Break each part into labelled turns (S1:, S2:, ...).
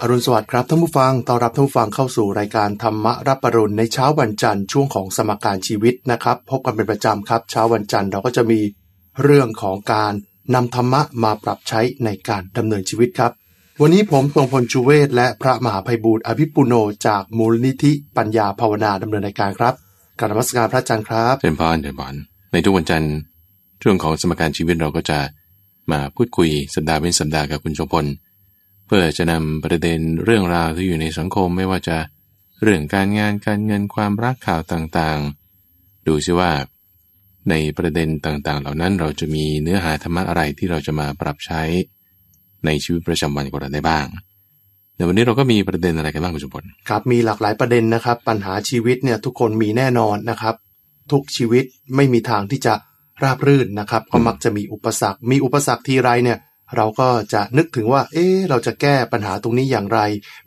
S1: อรุณสวัสดิ์ครับท่านผู้ฟัง ต้อนรับท่านผู้ฟังเข้าสู่รายการธรรมรับปรุณในเช้าวันจันทร์ช่วงของสมการชีวิตนะครับ พบกันเป็นประจำครับ เช้าวันจันทร์เราก็จะมีเรื่องของการนำธรรมะมาปรับใช้ในการดำเนินชีวิตครับ วันนี้ผมทรงพลชูเวศและพระมหาภัยบูตรอภิปุโนจากมูลนิธิปัญญาภาวนาดำเนินรายการครับกรารนมัสการพระอาจารย์ครับ
S2: เชิญพรเชิญพรในทุกวันจันทร์ช่วงของสมการชีวิตเราก็จะมาพูดคุยสัปดาห์เว้นสัปดาห์กับคุณโสพล เพื่อจะนำประเด็นเรื่องราวที่อยู่ในสังคมไม่ว่าจะเรื่องการงานการเงินความรักข่าวต่างๆ ดูซิว่า ในประเด็นต่างๆ เหล่านั้นเราจะมีเนื้อหาธรรมะอะไรที่เราจะมาปรับใช้ในชีวิตประจำวันของเราได้บ้างแต่วันนี้เราก็มีประเด็นอะไรกันบ้างคุณโสพล
S1: ครับมีหลากหลายประเด็นนะครับ ปัญหาชีวิตเนี่ยทุกคนมีแน่นอนนะครับ ทุกชีวิตไม่มีทางที่จะราบรื่นนะครับ ก็
S2: อืม
S1: มักจะมีอุปสรรค มีอุปสรรคทีไรเนี่ย เราก็จะนึกถึงว่า เอ๊ะเราจะแก้ปัญหาตรงนี้อย่างไร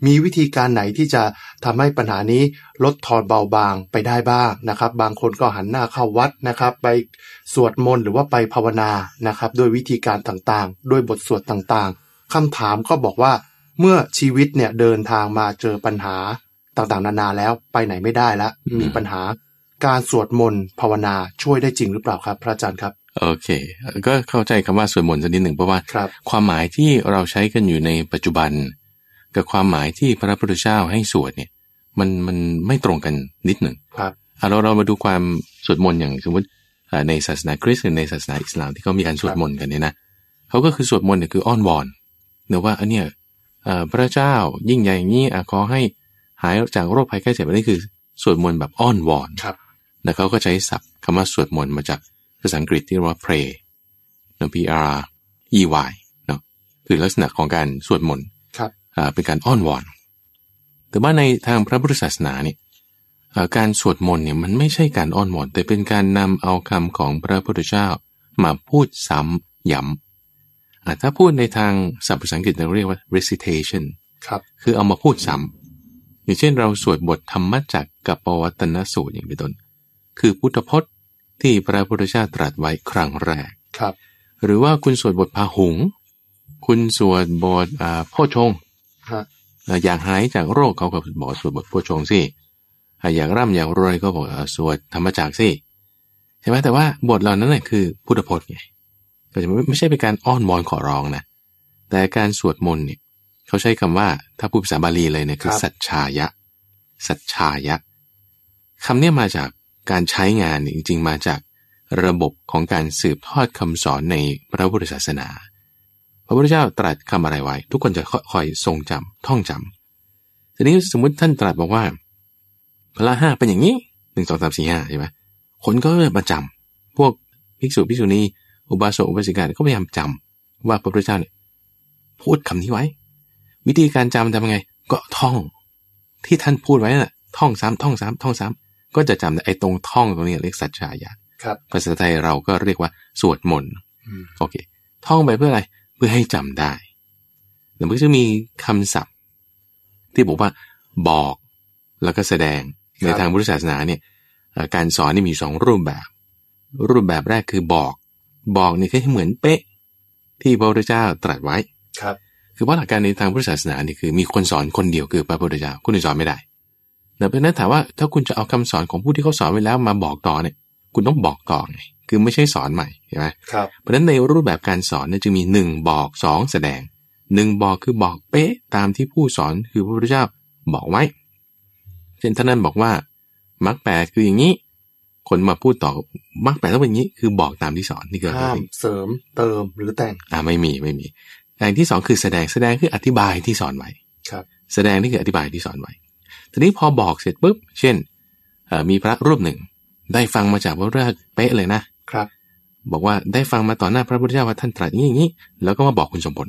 S1: มีวิธีการไหนที่จะทำให้ปัญหานี้ลดทอนเบาบางไปได้บ้างนะครับ บางคนก็หันหน้าเข้าวัดนะครับ ไปสวดมนต์หรือว่าไปภาวนานะครับ ด้วยวิธีการต่างๆ ด้วยบทสวดต่างๆคำถามก็บอกว่า เมื่อชีวิตเนี่ยเดินทางมาเจอปัญหาต่างๆ นานาแล้วไปไหนไม่ได้แล้ว
S2: อืม
S1: มีปัญหาการสวดมนต์ภาวนาช่วยได้จริงหรือเปล่าครับพระอาจารย์ครับ
S2: โอเคก็เข้าใจคำว่าสวดมนต์สักนิดหนึ่งเพราะว่า
S1: ครับ
S2: ความหมายที่เราใช้กันอยู่ในปัจจุบัน กับความหมายที่พระพุทธเจ้าให้สวดเนี่ยมันมันไม่ตรงกันนิดหนึ่ง
S1: ครับ
S2: อ่ะเราเรามาดูความสวดมนต์อย่างสมมติอ่ะในศาสนาคริสต์หรือในศาสนาอิสลามที่เขามีการสวดมนต์กันเนี่ยนะเขาก็คือสวดมนต์เนี่ยคืออ้อนวอนเนะว่าอันเนี้ยเอ่อพระเจ้ายิ่งใหญ่อย่างนี้อ่ะขอให้หายจากโรคภัยไข้เจ็บอันนี้คือสวดมนต์แบบอ้อนวอน
S1: ครับ
S2: นะเขาก็ใช้ศัพท์คำว่าสวดมนต์มาจากภาษาอังกฤษที่เรียกว่า pray เนอะ p r e y เนอะคือลักษณะของการสวดมนต์
S1: ครับ
S2: อ่าเป็นการอ้อนวอน แต่ว่าในทางพระพุทธศาสนาเนี่ยอ่าการสวดมนต์เนี่ยมันไม่ใช่การอ้อนวอน แต่เป็นการนำเอาคำของพระพุทธเจ้ามาพูดซ้ำย้ำอ่าถ้าพูดในทางศัพท์ภาษาอังกฤษเราเรียกว่า recitation
S1: ครับ
S2: คือเอามาพูดซ้ำอย่างเช่นเราสวดบทธรรมจักรกับปวัตตนสูตรอย่างเป็นต้น คือพุทธพจน์ที่พระพุทธเจ้าตรัสไว้ครั้งแรก
S1: ครับ
S2: หรือว่าคุณสวดบทพาหุง คุณสวดบทอ่าโพชฌงค์
S1: ฮะ
S2: อ่าอยากหายจากโรคเขาก็บอกสวดบทโพชฌงค์สิอ่าอยากร่ำอยากรวยก็บอกอ่าสวดธรรมจักรสิใช่ไหมแต่ว่าบทเหล่านั้นน่ะคือพุทธพจน์ไงก็จะไม่ไม่ใช่เป็นการอ้อนวอนขอร้องนะแต่การสวดมนต์เนี่ยเขาใช้คำว่าถ้าพูดภาษาบาลีเลยเนี่ยคือสัจชายะ สัจชายะคำเนี้ยมาจากการใช้งานเนี่ยจริง ๆ มาจากระบบของการสืบทอดคำสอนในพระพุทธศาสนา พระพุทธเจ้าตรัสคำอะไรไว้ ทุกคนจะค่อยๆทรงจำท่องจำทีนี้สมมติท่านตรัสบอกว่า พระห้าเป็นอย่างนี้หนึ่งสองสามสี่ห้าใช่ไหมคนก็เริ่มมาจำพวกภิกษุภิกษุณีอุบาสกอุบาสิกาก็พยายามจำว่าพระพุทธเจ้าเนี่ยพูดคำนี้ไว้ วิธีการจำทำยังไง ก็ท่อง ที่ท่านพูดไว้น่ะท่องซ้ำท่องซ้ำท่องซ้ำก็จะจำได้ไอ้ตรงท่องตรงนี้เรียกสัจชายะ
S1: ครับ
S2: ภาษาไทยเราก็เรียกว่าสวดมนต์
S1: อืม
S2: โอเค ท่องไปเพื่ออะไรเพื่อให้จำได้แล้วมันก็จะมีคำศัพท์ ที่บอกว่าบอกแล้วก็แสดงในทางพุทธศาสนาเนี่ยเอ่อการสอนนี่มีสองรูปแบบ รูปแบบแรกคือบอก บอกนี่คือให้เหมือนเป๊ะ ที่พระพุทธเจ้าตรัสไว้
S1: ครับ
S2: คือว่าหลักการในทางพุทธศาสนานี่คือมีคนสอนคนเดียวคือพระพุทธเจ้าคนอื่นสอนไม่ได้แต่เพราะฉะนั้นถามว่าถ้าคุณจะเอาคำสอนของผู้ที่เขาสอนไว้แล้วมาบอกต่อเนี่ย คุณต้องบอกต่อไงคือไม่ใช่สอนใหม่ใช่ไหม
S1: ครับ
S2: เพราะฉะนั้นในรูปแบบการสอนเนี่ยจึงมี 1 บอก 2 แสดง 1 บอกคือบอกเป๊ะตามที่ผู้สอนคือพระพุทธเจ้าบอกไว้ เช่นท่านนั้นบอกว่ามรรคแปดคืออย่างนี้ คนมาพูดต่อมรรคแปดต้องเป็นอย่างนี้ คือบอกตามที่สอนนี่คืออะไร
S1: ห้ามเสริมเติมหรือแต่ง
S2: อ่าไม่มีไม่มีอย่างที่สองคือแสดงแสดงคืออธิบายที่สอนไว้
S1: ครับ
S2: แสดงนี่คืออธิบายที่สอนไว้ ทีนี้พอบอกเสร็จปุ๊บ เช่นเอ่อมีพระรูปหนึ่ง ได้ฟังมาจากพระพุทธเจ้าเป๊ะเลยนะ
S1: ครับ
S2: บอกว่าได้ฟังมาต่อหน้าพระพุทธเจ้าว่าท่านตรัสอย่างนี้อย่างนี้แล้วก็มาบอกคุณสมพล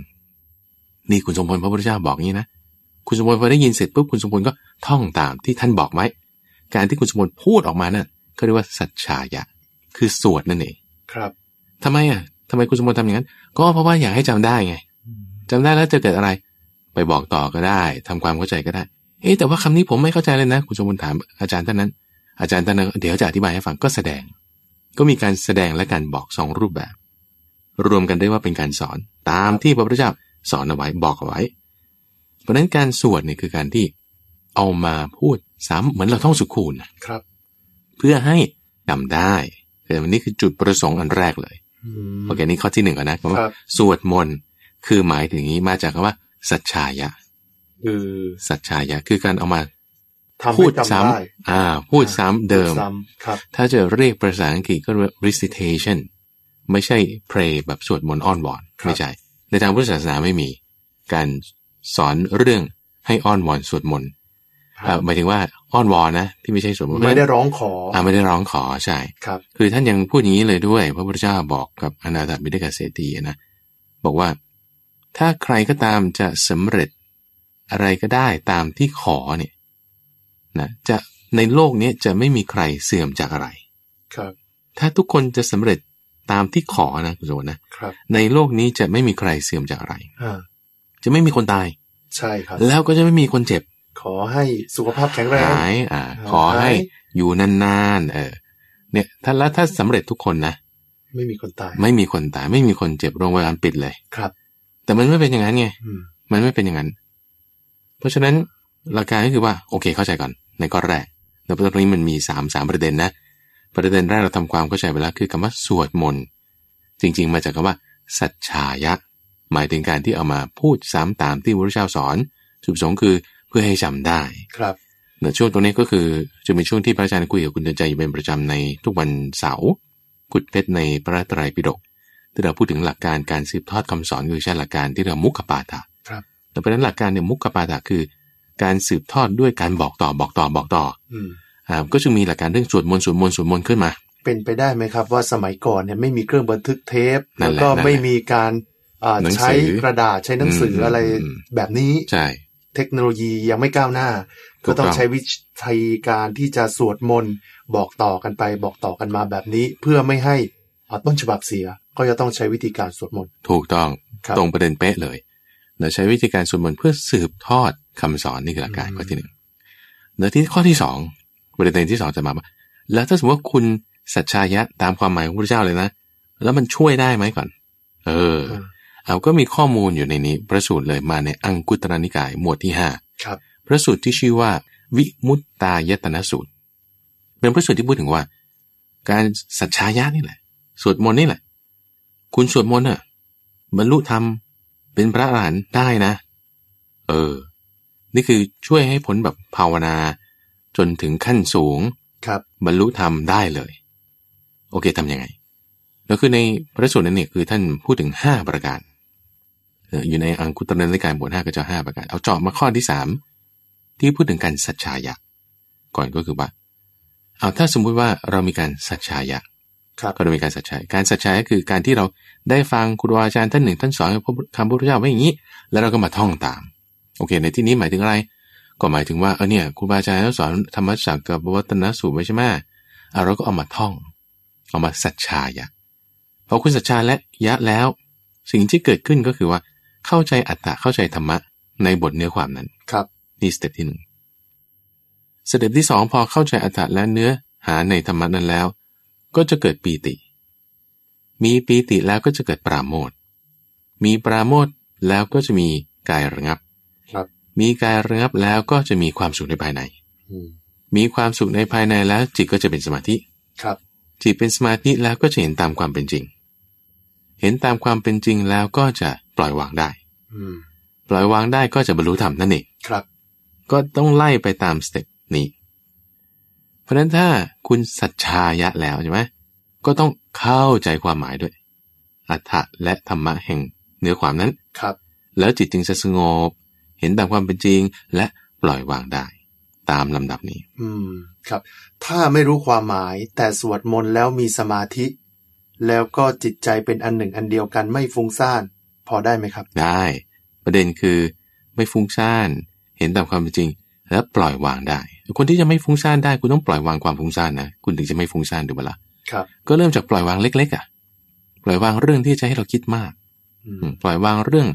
S2: นี่คุณสมพลพระพุทธเจ้าบอกอย่างนี้นะ คุณสมพลพอได้ยินเสร็จปุ๊บคุณสมพลก็ท่องตามที่ท่านบอกไว้ การที่คุณสมพลพูดออกมานั่นเขาเรียกว่าสัจชายะ คือสวดนั่นเอง
S1: ครับ
S2: ทำไมอ่ะทำไมคุณสมบูรณ์ทำอย่างนั้น ก็เพราะว่าอยากให้จำได้ไงจำได้แล้วจะเกิดอะไร ไปบอกต่อก็ได้ทำความเข้าใจก็ได้ เอ๊ะแต่ว่าคำนี้ผมไม่เข้าใจเลยนะ คุณสมบูรณ์ถามอาจารย์ท่านนั้น อาจารย์ท่านนั้นเดี๋ยวจะอธิบายให้ฟังก็แสดง ก็มีการแสดงและการบอกสองรูปแบบ รวมกันได้ว่าเป็นการสอนตามที่พระพุทธเจ้าสอนเอาไว้บอกเอาไว้ ราะฉะนั้นการสวดเนี่ยคือการที่เอามาพูดซ้ำเหมือนเราท่องสุขูลนะครับ เพื่อให้จำได้แต่วันนี้คือจุดประสงค์อันแรกเลย โอเคนี่ข้อที่หนึ่งก่อนนะคำว่า
S1: ครับ
S2: สวดมนต์คือหมายถึงอย่างนี้มาจากคำว่า สัจชายะ
S1: คือ
S2: สัจชายะ คือการเอามา
S1: ทำ
S2: พู
S1: ให้
S2: ด
S1: จำ
S2: ซ้
S1: ได้
S2: ำอ่า พูดซ้ำเดิม
S1: ซ้ำครับ
S2: ถ้าจะเรียกภาษาอังกฤษก็เรียก recitation ไม่ใช่ pray แบบสวดมนต์อ้อนวอน
S1: ครับ
S2: ไม่ใช่ ในทางพุทธศาสนาไม่มี การสอนเรื่องให้อ้อนวอนสวดมนต์อ่าหมายถึงว่าอ้อนวอนนะ ที่ไม่ใช่สวดมนต์
S1: ไม่ได้ร้องขอ
S2: อ่าไม่ได้ร้องขอใช่
S1: ครับ
S2: คือท่านยังพูดอย่างนี้เลยด้วย พระพุทธเจ้าบอกกับอนาถบิณฑิกเศรษฐีนะ บอกว่าถ้าใครก็ตามจะสำเร็จอะไรก็ได้ตามที่ขอเนี่ยนะจะในโลกเนี้ยจะไม่มีใครเสื่อมจากอะไร
S1: ครับ
S2: ถ้าทุกคนจะสำเร็จตามที่ขอนะคุณสมบัตินะครับในโลกนี้จะไม่มีใครเสื่อมจากอะไร
S1: อ่า
S2: จะไม่มีคนตาย
S1: ใช่ครับ
S2: แล้วก็จะไม่มีคนเจ็บ
S1: ขอให้สุขภาพแข็งแรง
S2: หายอ่า
S1: หาย
S2: ขอให้อยู่นานๆเออเนี่ยถ้าแล้วถ้าสำเร็จทุกคนนะ
S1: ไม่มีคนตาย
S2: ไม่มีคนตายไม่มีคนเจ็บโรงพยาบาลปิดเลย
S1: ครับ
S2: แต่มันไม่เป็นอย่างนั้นไง
S1: อืม
S2: มันไม่เป็นอย่างนั้น เพราะฉะนั้นหลักการก็คือว่าโอเคเข้าใจก่อนในข้อแรกแต่ตรงนี้มันมีสามสามประเด็นนะ ประเด็นแรกเราทำความเข้าใจไปแล้วคือคำว่าสวดมนต์จริง ๆ มาจากคำว่า สัจฉายะ หมายถึงการที่เอามาพูดซ้ำตามที่พระพุทธเจ้าสอนจุดประสงค์คือเพื่อให้จำได้
S1: ครับ
S2: เดี๋ยวช่วงตรงนี้ก็คือจะเป็นช่วงที่พระอาจารย์คุยกับคุณเตือนใจอยู่เป็นประจำในทุกวันเสาร์ขุดเพชรในพระไตรปิฎกที่เราพูดถึงหลักการการสืบทอดคำสอนคือใช้หลักการที่เรามุขปาฐะ
S1: ครับ
S2: แต่เพราะฉะนั้นหลักการเนี่ยมุขปาฐะคือ การสืบทอดด้วยการบอกต่อบอกต่อบอกต่อ
S1: อืม
S2: อ่าก็จึงมีหลักการเรื่องสวดมนต์สวดมนต์สวดมนต์ขึ้นมา
S1: เป็นไปได้ไหมครับ ว่าสมัยก่อนเนี่ยไม่มีเครื่องบันทึกเทป
S2: นั่
S1: แล้ว
S2: นแหละ
S1: ก็
S2: นั่นแหละ
S1: ไม่มีการอ่า
S2: หนังสือ
S1: ใช้กระดาษใช้หนังสือ
S2: ม
S1: อะไร
S2: อืม
S1: แบบนี้
S2: ใช่
S1: เทคโนโลยียังไม่ก้าวหน้า
S2: ถู
S1: ก็
S2: กต้อง
S1: ต้องใช้วิธีการที่จะสวดมนต์บอกต่อกันไปบอกต่อกันมาแบบนี้ เพื่อไม่ให้อ่าต้นฉบับเสีย ก็จะต้องใช้วิธีการสวดมนต์
S2: ถูกต้อง
S1: ครับ
S2: ตรงประเด็นเป๊ะเลยเราใช้วิธีการสวดมนต์เพื่อสืบทอดคำสอนนี่คือหลักการ
S1: อืม
S2: ข้อที่หนึ่งแล้วที่ข้อที่สองประเด็นที่สองจะมาว่าแล้วถ้าสมมติว่าคุณสัจชายะตามความหมายของพระเจ้าเลยนะ แล้วมันช่วยได้ไหมก่อน เออ เอาก็มีข้อมูลอยู่ในนี้ พระสูตรเลยมาในอังกุตรนิกายหมวดที่ห้า
S1: ครับ
S2: พระสูตรที่ชื่อว่า วิมุตตายตนะสูตร เป็นพระสูตรที่พูดถึงว่า การสัจชายะนี่แหละสวดมนต์นี่แหละ คุณสวดมนต์น่ะบรรลุธรรมเป็นพระอรหันต์ได้นะ เออ นี่คือช่วยให้ผลแบบภาวนา จนถึงขั้นสูง
S1: ครับ
S2: บรรลุธรรมได้เลย โอเคทำยังไง แล้วคือในพระสูตรนั้นเนี่ยคือท่านพูดถึง 5 ประการเอ่ออยู่ในอังคุตรนิกายบทห้าก็จะห้าประการ เอาเจาะมาข้อที่ 3 ที่พูดถึงการสัจชายะ ก่อนก็คือว่า เอาถ้าสมมุติว่าเรามีการสัจชายะ
S1: ครับ
S2: ก็จะมีการสัจชายะการสัจชายะคือการที่เราได้ฟังครูบาอาจารย์ท่านหนึ่งท่านสอนคำพระพุทธเจ้าไว้อย่างนี้ แล้วเราก็มาท่องตาม โอเค ในที่นี้หมายถึงอะไร ก็หมายถึงว่าเออเนี่ยครูบาอาจารย์เขาสอนธรรมจักรกับวัตนสูตรไว้ใช่ไหมอ่ะเราก็เอามาท่อง เอามาสัจชายะพอคุณสัจชาและยะแล้ว สิ่งที่เกิดขึ้นก็คือว่า เข้าใจอัตตะเข้าใจธรรมะในบทเนื้อความนั้น
S1: ครับ
S2: นี่สเต็ปที่หนึ่งสเต็ปที่สองพอเข้าใจอัตถะและเนื้อหาในธรรมะนั้นแล้ว ก็จะเกิดปีติ มีปีติแล้วก็จะเกิดปราโมทย์มีปราโมทย์แล้วก็จะมีกายระงับ
S1: ครับ
S2: มีกายระงับแล้วก็จะมีความสุขในภายใน
S1: อืม
S2: มีความสุขในภายในแล้วจิตก็จะเป็นสมาธิ
S1: ครับ
S2: จิตเป็นสมาธิแล้วก็จะเห็นตามความเป็นจริง เห็นตามความเป็นจริงแล้วก็จะปล่อยวางได้
S1: อืม
S2: ปล่อยวางได้ก็จะบรรลุธรรมนั่นเอง
S1: ครับ
S2: ก็ต้องไล่ไปตามสเต็ปนี้ เพราะฉะนั้นถ้าคุณสัจชายะแล้วใช่ไหมก็ต้องเข้าใจความหมายด้วย อัฏฐะและธรรมะแห่งเนื้อความนั้น
S1: ครับ
S2: แล้วจิตจึงจะสงบ เห็นตามความเป็นจริงและปล่อยวางได้ ตามลำดับนี้
S1: อืม ครับ ถ้าไม่รู้ความหมายแต่สวดมนต์แล้วมีสมาธิ แล้วก็จิตใจเป็นอันหนึ่งอันเดียวกันไม่ฟุ้งซ่าน พอได้ไหมครับ
S2: ได้ ประเด็นคือไม่ฟุ้งซ่าน เห็นตามความเป็นจริง และปล่อยวางได้ คนที่จะไม่ฟุ้งซ่านได้คุณต้องปล่อยวางความฟุ้งซ่านนะคุณถึงจะไม่ฟุ้งซ่านถูกไหมล่ะ
S1: ครับ
S2: ก็เริ่มจากปล่อยวางเล็ก ๆอ่ะปล่อยวางเรื่องที่จะให้เราคิดมาก
S1: อื
S2: อื
S1: ม
S2: มปล่อยวางเรื่อง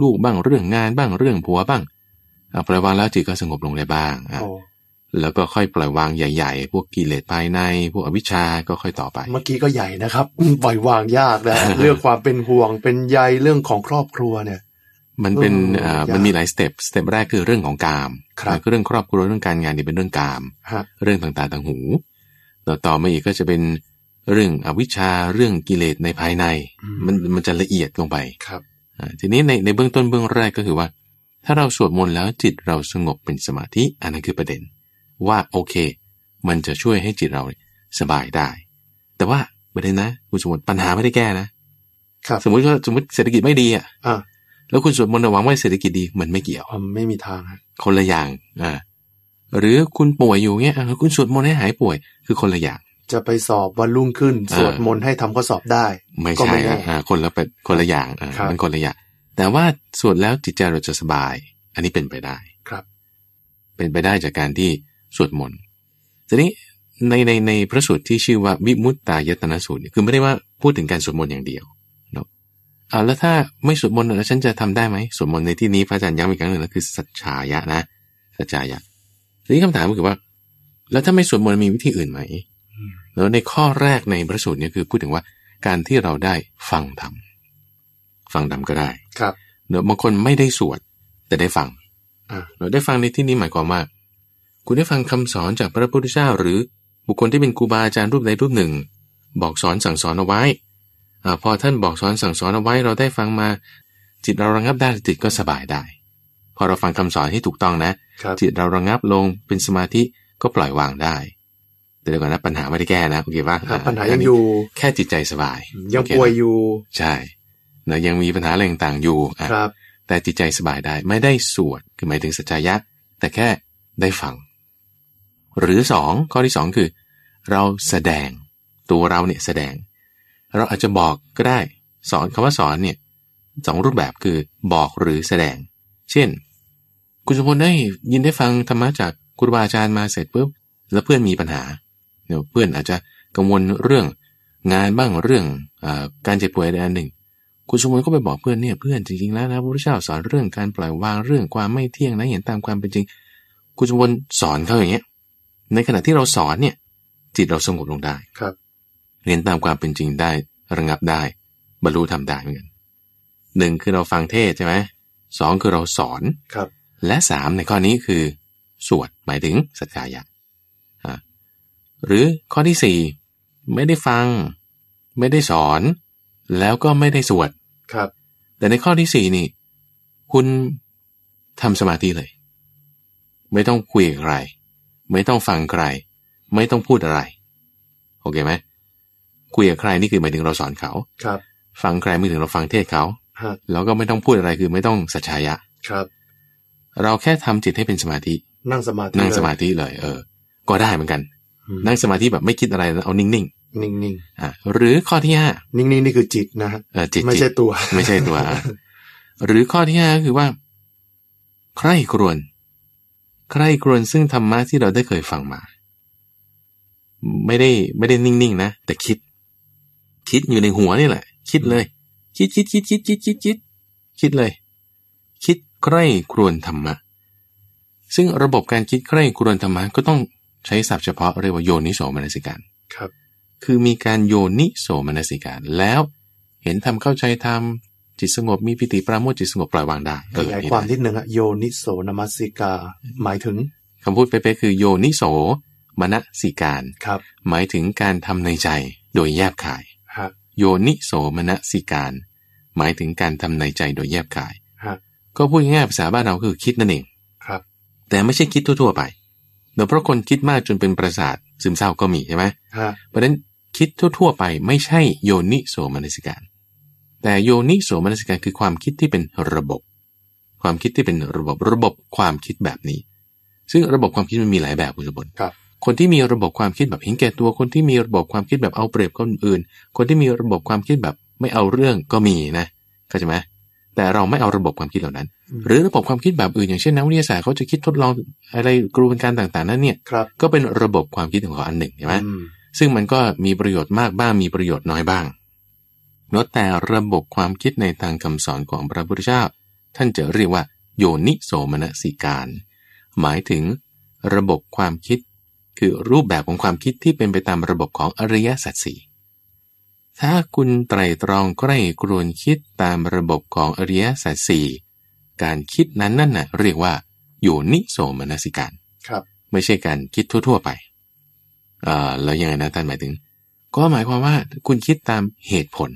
S2: ลูกบ้างเรื่องงานบ้างเรื่องผัวบ้างอ่ะปล่อยวางแล้วจิตก็สงบลงได้บ้างอ่ะ
S1: โอ้
S2: แล้วก็ค่อยปล่อยวางใหญ่ๆ พวกกิเลสภายใน พวกอวิชชาก็ค่อยต่อไป
S1: เมื่อกี้ก็ใหญ่ นะครับอืมปล่อยวางยากนะ เรื่องความเป็นห่วงเป็นใยเรื่องของครอบครัวเนี่ย
S2: มันเป็นเอ่
S1: เอ
S2: อ
S1: อยาก
S2: มันมีหลายสเต็ปสเต็ปแรกคือเรื่องของกาม
S1: ครับ
S2: นะคือเรื่องครอบครัวเรื่องการงานนี่เป็นเรื่องกาม
S1: ฮะ
S2: เรื่องต่างๆทางหู ต่อต่อมาอีกก็จะเป็นเรื่องอวิชชาเรื่องกิเลสในภายใน มันมันจะละเอียดลงไป
S1: ครับ
S2: อ่าทีนี้ในในเบื้องต้นเบื้องแรกก็คือว่า ถ้าเราสวดมนต์แล้วจิตเราสงบเป็นสมาธิอันนั้นคือประเด็น ว่าโอเค มันจะช่วยให้จิตเราเนี่ยสบายได้ แต่ว่าประเด็นนะคุณสมมติปัญหาไม่ได้แก้นะ
S1: ครับ
S2: สมมติว่าสมมติเศรษฐกิจไม่ดีอ่ะ
S1: อ่ะ
S2: แล้วคุณสวดมนต์หวังว่าเศรษฐกิจดีมันไม่เกี่ยว
S1: อ๋อไม่มีทางฮะ
S2: คนละอย่างอ่าหรือคุณป่วยอยู่เงี้ยอ่ะคุณสวดมนต์ให้หายป่วย คือคนละอย่าง
S1: จะไปสอบวันรุ่งขึ้น
S2: เออ
S1: สวดมนต์ให้ทำข้อสอบได้
S2: ไม่
S1: ก็
S2: ใช่
S1: ไม่แน่
S2: อ่าคนละเป็นคนละอย่างอ่า
S1: ครับ
S2: มันคนละอย่าง แต่ว่าสวดแล้วจิตใจเราจะสบาย อันนี้เป็นไปได้
S1: ครับ
S2: เป็นไปได้จากการที่สวดมนต์ทีนี้ในในในพระสูตรที่ชื่อว่าวิมุตตายตนะสูตรเนี่ยคือไม่ได้ว่าพูดถึงการสวดมนต์อย่างเดียวเนาะอ่าแล้วถ้าไม่สวดมนต์แล้วฉันจะทำได้ไหมสวดมนต์ในที่นี้พระอาจารย์ย้ำอีกครั้งหนึ่งนะคือสัจฉายะนะสัจฉายะทีนี้คำถามก็คือว่า แล้วถ้าไม่สวดมนต์มีวิธีอื่นไหม แล้วในข้อแรกในพระสูตรเนี่ยคือพูดถึงว่าการที่เราได้ฟังธรรมฟังธรรมก็ได้
S1: ครับ
S2: เนอะบางคนไม่ได้สวด แต่ได้ฟัง
S1: อ่า
S2: เราได้ฟังในที่นี้หมายความว่า คุณได้ฟังคำสอนจากพระพุทธเจ้า หรือบุคคลที่เป็นครูบาอาจารย์รูปใดรูปหนึ่ง บอกสอนสั่งสอนเอาไว้อาพอท่านบอกสอนสั่งสอนเอาไว้ เราได้ฟังมา จิตเราระงับได้จิตก็สบายได้ พอเราฟังคำสอนที่ถูกต้องนะ
S1: ครับ
S2: จิตเราระงับลงเป็นสมาธิก็ปล่อยวางได้ แต่เดี๋ยวก่อนนะปัญหาไม่ได้แก้นะโอเคปะ
S1: อ่ะปัญหา
S2: แค่
S1: ยัง
S2: นี้
S1: อยู่
S2: แค่จิตใจสบาย
S1: ยัง
S2: โเคนะ
S1: ป่วยอยู่
S2: ใช่นะยังมีปัญหาอะไรต่างๆอยู่อ่ะ
S1: ครับ
S2: แต่จิตใจสบายได้ไม่ได้สวดคือหมายถึงสัจจายะ แต่แค่ได้ฟัง หรือสองข้อที่สองคือ เราแสดงตัวเราเนี่ยแสดง เราอาจจะบอกก็ได้ สอนคำว่าสอนเนี่ยสองรูปแบบคือบอกหรือแสดง เช่น คุณสมพลได้ยินได้ฟังธรรมะจากครูบาอาจารย์มาเสร็จปุ๊บแล้วเพื่อนมีปัญหาเดี๋ยวเพื่อนอาจจะกังวลเรื่องงานบ้างเรื่องอาการเจ็บป่วยใดอันหนึ่ง คุณสมพลก็ไปบอกเพื่อนเนี่ยเพื่อนจริงๆแล้วนะพระพุทธเจ้าสอนเรื่องการปล่อยวางเรื่องความไม่เที่ยงนะเห็นตามความเป็นจริง คุณสมพลสอนเขาอย่างเงี้ยในขณะที่เราสอนเนี่ยจิตเราสงบลงได้
S1: ครับ
S2: เรียนตามความเป็นจริงได้ระงับได้ บรรลุทำได้เหมือนกันหนึ่งคือเราฟังเทศน์ใช่ไหมสองคือเราสอน
S1: ครับ
S2: และสามในข้อนี้คือสวดหมายถึงสัจจายะอ่ะหรือข้อที่สี่ไม่ได้ฟัง ไม่ได้สอน แล้วก็ไม่ได้สวด
S1: ครับ
S2: แต่ในข้อที่สี่นี่ คุณทำสมาธิเลย ไม่ต้องคุยกับใคร ไม่ต้องฟังใคร ไม่ต้องพูดอะไร โอเคไหมคุยกับใครนี่คือหมายถึงเราสอนเขา
S1: ครับ
S2: ฟังใครไม่ถึงเราฟังเทศน์เขา
S1: ฮะ
S2: แล้วก็ไม่ต้องพูดอะไรคือไม่ต้องสัจฉายะ
S1: ครับ
S2: เราแค่ทำจิตให้เป็นสมาธิ
S1: นั่งสมาธิ
S2: นั่งสมา
S1: เลย
S2: ธิเลย เออ ก็ได้เหมือนกัน
S1: อืม
S2: นั่งสมาธิแบบไม่คิดอะไรนะเอานิ่ง
S1: นิ่งๆนิ่ง
S2: ๆอ่ะหรือข้อที่ห้า
S1: ๆนิ่งๆนี่คือจิตนะฮะ
S2: เอ่อจิต
S1: ไม่
S2: จิต
S1: ใช่ตัว
S2: ไม่ใช่ตัวอ่ะหรือข้อที่ห้าก็คือว่า ใคร่ครวญใคร่ครวญซึ่งธรรมะที่เราได้เคยฟังมา ไม่ได้ไม่ได้นิ่งๆนะแต่คิด คิดอยู่ในหัวนี่แหละ คิดเลย คิดคิดคิดคิดคิดคิดคิดคิดเลย คิดใคร่ครวญธรรมะ ซึ่งระบบการคิดใคร่ครวญธรรมะก็ต้องใช้ศัพท์เฉพาะเรียกว่าโยนิโสมนสิการ
S1: ครับ
S2: คือมีการโยนิโสมนสิการแล้วเห็นทำเข้าใจทำจิตสงบมีปิติปราโมทย์จิตสงบปล่อยวางได้เออ
S1: ขา
S2: ย
S1: ย
S2: นี่
S1: ความ
S2: นะ
S1: นิดนึงอะโยนิโสนมัสสิกา หมายถึง
S2: คำพูดเป๊ะๆคือโยนิโสมนสิการ
S1: ครับ
S2: หมายถึงการทำในใจโดยแยบขาย
S1: ฮะ
S2: โยนิโสมนสิการ หมายถึงการทำในใจโดยแยบขาย
S1: ฮะ
S2: ก็พูดง่ายๆภาษาบ้านเราคือคิดนั่นเอง
S1: ครับ
S2: แต่ไม่ใช่คิดทั่วๆไปเนอะเพราะคนคิดมากจนเป็นประสาทซึมเศร้าก็มีใช่ไหม
S1: ฮะ
S2: เพราะฉะนั้นคิดทั่วๆไปไม่ใช่โยนิโสมนสิการ แต่โยนิโสมนสิการคือความคิดที่เป็นระบบ ความคิดที่เป็นระบบระบบความคิดแบบนี้ ซึ่งระบบความคิดมันมีหลายแบบคุณสมบัติ
S1: ครับ
S2: คนที่มีระบบความคิดแบบเห็นแก่ตัว คนที่มีระบบความคิดแบบเอาเปรียบคนอื่น คนที่มีระบบความคิดแบบไม่เอาเรื่องก็มีนะเข้าใจไหมแต่เราไม่เอาระบบความคิดเหล่านั้น หรือระบบความคิดแบบอื่น อย่างเช่นนักวิทยาศาสตร์เขาจะคิดทดลองอะไรกระบวนการต่างๆ นั้นเนี่ย
S1: ครับ
S2: ก็เป็นระบบความคิดของเขาอันหนึ่งใช่ไหม
S1: อืม
S2: ซึ่งมันก็มีประโยชน์มากบ้างมีประโยชน์น้อยบ้างเนอะแต่ระบบความคิดในทางคำสอนของพระพุทธเจ้าท่านจะเรียกว่า โยนิโสมนสิการ หมายถึงระบบความคิด คือรูปแบบของความคิดที่เป็นไปตามระบบของอริยสัจสี่ถ้าคุณไตร่ตรองใกล้ครวนคิดตามระบบของอริยสัจสี่ การคิดนั้นนั่นน่ะเรียกว่าอยู่นิโสมนสิการ
S1: ครับ
S2: ไม่ใช่การคิดทั่ว ๆ ไปเอ่อแล้วยังไงนะท่านหมายถึง ก็หมายความว่าคุณคิดตามเหตุผล